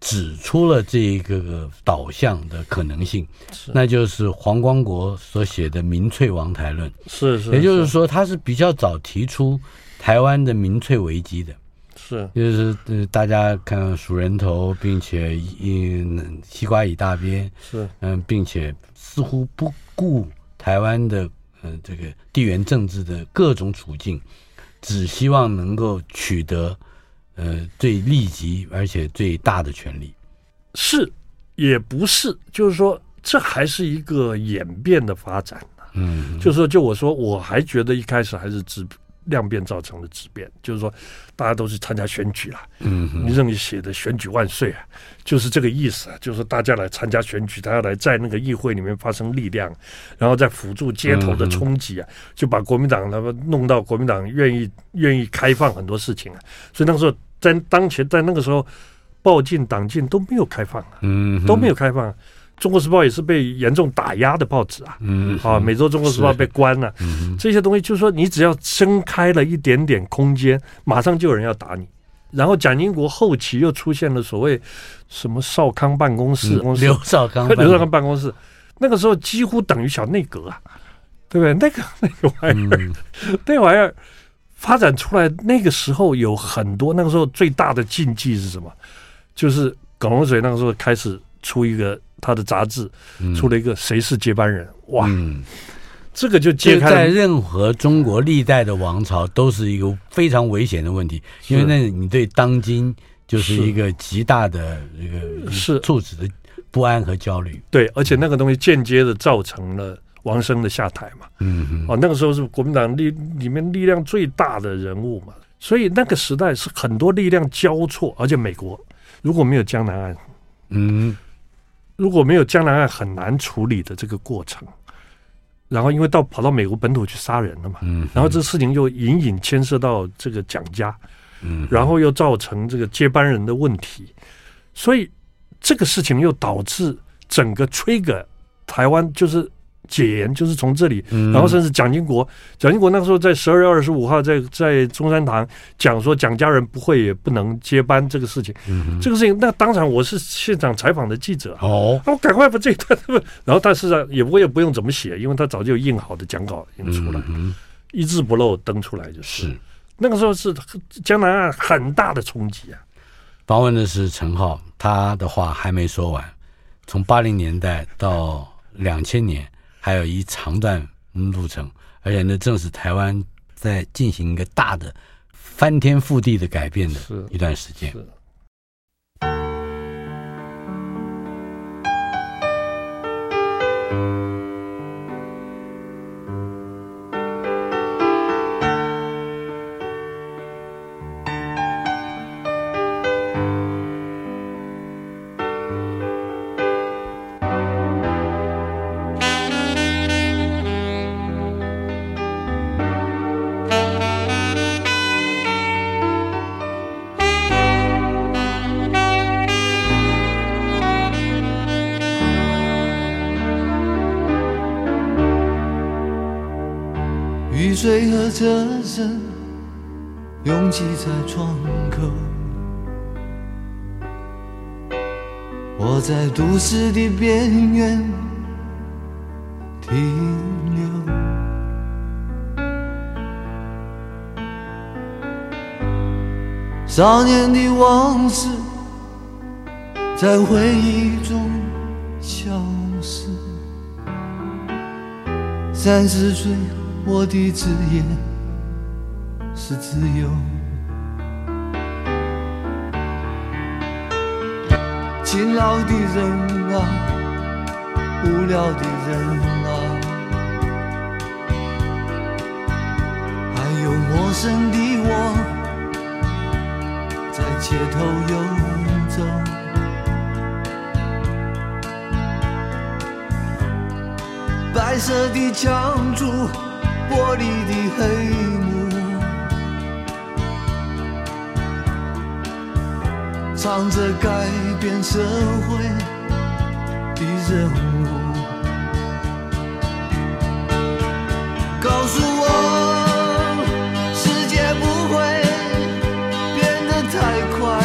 Speaker 3: 指出了这个导向的可能性，那就是黄光国所写的《民粹王台论》，
Speaker 4: 是是，
Speaker 3: 也就是说，他是比较早提出台湾的民粹危机的。
Speaker 4: 是
Speaker 3: 就是、呃、大家看数人头，并且嗯西瓜以大鳖，
Speaker 4: 是
Speaker 3: 嗯，并且似乎不顾台湾的嗯这个地缘政治的各种处境，只希望能够取得呃最立即而且最大的权利。
Speaker 4: 是，也不是，就是说这还是一个演变的发展、啊、
Speaker 3: 嗯，
Speaker 4: 就是说，就我说，我还觉得一开始还是质量变造成的质变，就是说，大家都是参加选举啦，
Speaker 3: 嗯
Speaker 4: 你
Speaker 3: 哼
Speaker 4: 让你写的“选举万岁”啊，就是这个意思啊，就是大家来参加选举，大家来在那个议会里面发生力量，然后再辅助街头
Speaker 3: 嗯
Speaker 4: 的冲击啊，就把国民党他们弄到国民党愿意愿意开放很多事情啊，所以那时候在当前在那个时候，报禁党禁都没有开放啊，
Speaker 3: 嗯哼
Speaker 4: 都没有，开放啊、中国时报》也是被严重打压的报纸啊，
Speaker 3: 嗯
Speaker 4: 啊，每周《中国时报》
Speaker 3: 是
Speaker 4: 被关了、
Speaker 3: 嗯哼
Speaker 4: 这些东西就是说，你只要伸开了一点点空间，马上就有人要打你。然后蒋经国后期又出现了所谓什么少康办公室，公
Speaker 3: 嗯
Speaker 4: 司
Speaker 3: 刘少康办，
Speaker 4: 刘少康办公室，那个时候几乎等于小内阁啊，对不对？那个那个玩意儿，
Speaker 3: 嗯
Speaker 4: 那玩意儿发展出来，那个时候有很多，那个时候最大的禁忌是什么？就是耿龙水那个时候开始出一个他的杂志，
Speaker 3: 嗯
Speaker 4: 出了一个谁是接班人，哇，
Speaker 3: 嗯，
Speaker 4: 这个就
Speaker 3: 这
Speaker 4: 揭开
Speaker 3: 在
Speaker 4: 了。
Speaker 3: 任何中国历代的王朝都是一个非常危险的问题，因为那你对当今就是
Speaker 4: 是
Speaker 3: 一个极大的这个
Speaker 4: 是
Speaker 3: 促使的不安和焦虑。
Speaker 4: 对，而且那个东西间接的造成了王生的下台嘛。
Speaker 3: 嗯哼，
Speaker 4: 哦，那个时候是国民党力里面力量最大的人物嘛，所以那个时代是很多力量交错，而且美国如果没有江南案，
Speaker 3: 嗯
Speaker 4: 如果没有江南案很难处理的这个过程，然后因为到跑到美国本土去杀人了嘛，
Speaker 3: 嗯，
Speaker 4: 然后这事情又隐隐牵涉到这个蒋家，
Speaker 3: 嗯
Speaker 4: 然后又造成这个接班人的问题，所以这个事情又导致整个 trigger 台湾就是解严，就是从这里，
Speaker 3: 嗯
Speaker 4: 然后甚至蒋经国，蒋经国那个时候在十二月二十五号在在中山堂讲说蒋家人不会也不能接班这个事情，
Speaker 3: 嗯哼
Speaker 4: 这个事情那当场我是现场采访的记者啊，
Speaker 3: 哦，
Speaker 4: 那我赶快把这一段，然后但是呢也我也不用怎么写，因为他早就印好的讲稿已经出来，
Speaker 3: 嗯哼
Speaker 4: 一字不漏登出来就是。
Speaker 3: 是。
Speaker 4: 那个时候是江南岸很大的冲击啊，
Speaker 3: 访问的是陈浩，他的话还没说完。从八零年代到两千年，还有一长段路程，而且呢，正是台湾在进行一个大的翻天覆地的改变的
Speaker 4: 是
Speaker 3: 一段时间。
Speaker 4: 是
Speaker 2: 雨水和车声拥挤在窗口，我在都市的边缘停留。少年的往事在回忆中消失。三十岁，我的职业是自由。勤劳的人啊，无聊的人啊，还有陌生的我，在街头游走。白色的墙柱，玻璃的黑幕，唱着改变社会的任务。告诉我，世界不会变得太快。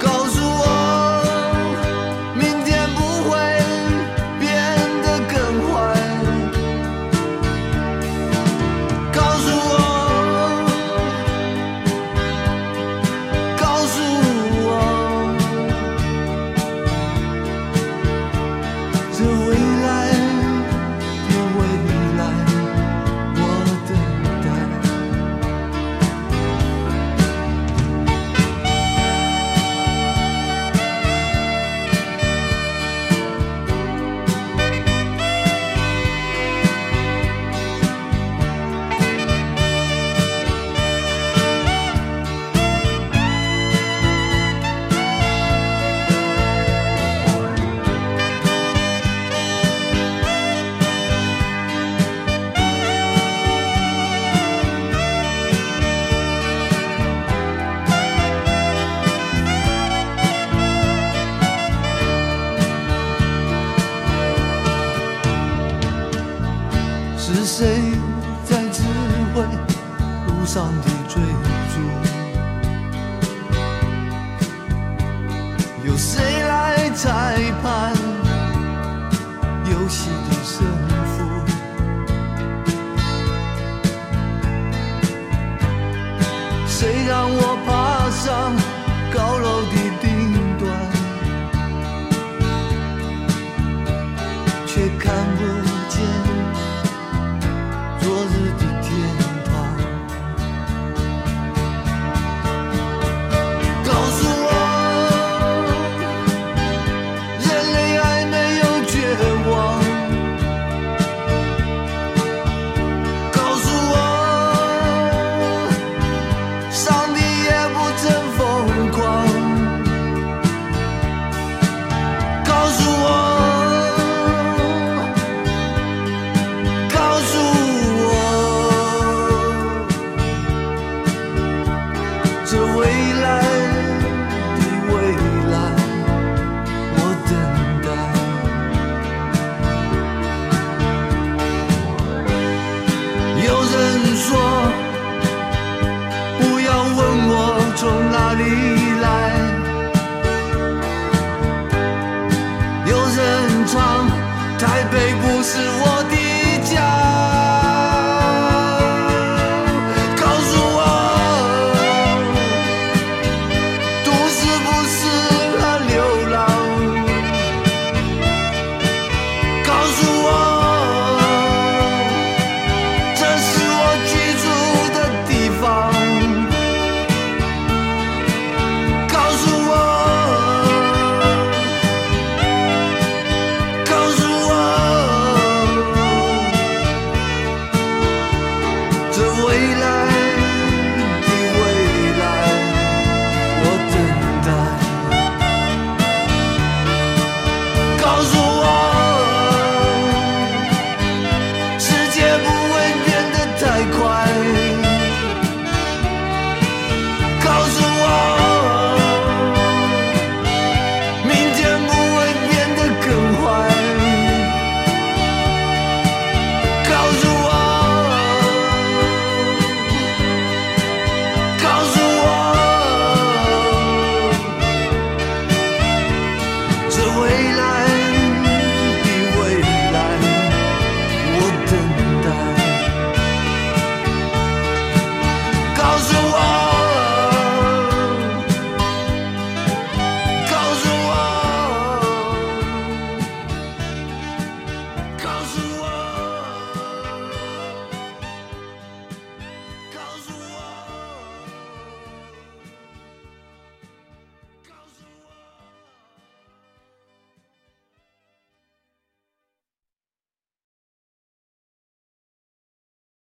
Speaker 2: 告诉我。明天不会变得更坏。告诉我，告诉我，这未来是谁在指挥路上的追逐？由谁来裁判游戏的胜负？谁让我爬上高楼的顶端？却看不见昨日的天堂。告诉我，人类还没有绝望。告诉我，上帝也不曾疯狂。告诉我，告诉我，这未来的未来，我等待。有人说，不要问我从哪里来。有人唱，台北不是我的家。告诉我，都市不适合流浪。告诉我，这是我居住的地方。告诉我。告诉我，这未来的未来，我等待。告诉我，世界不会变得太快。告诉我。明天不会变得更坏。告诉我，告诉我，这未来的未来，我等。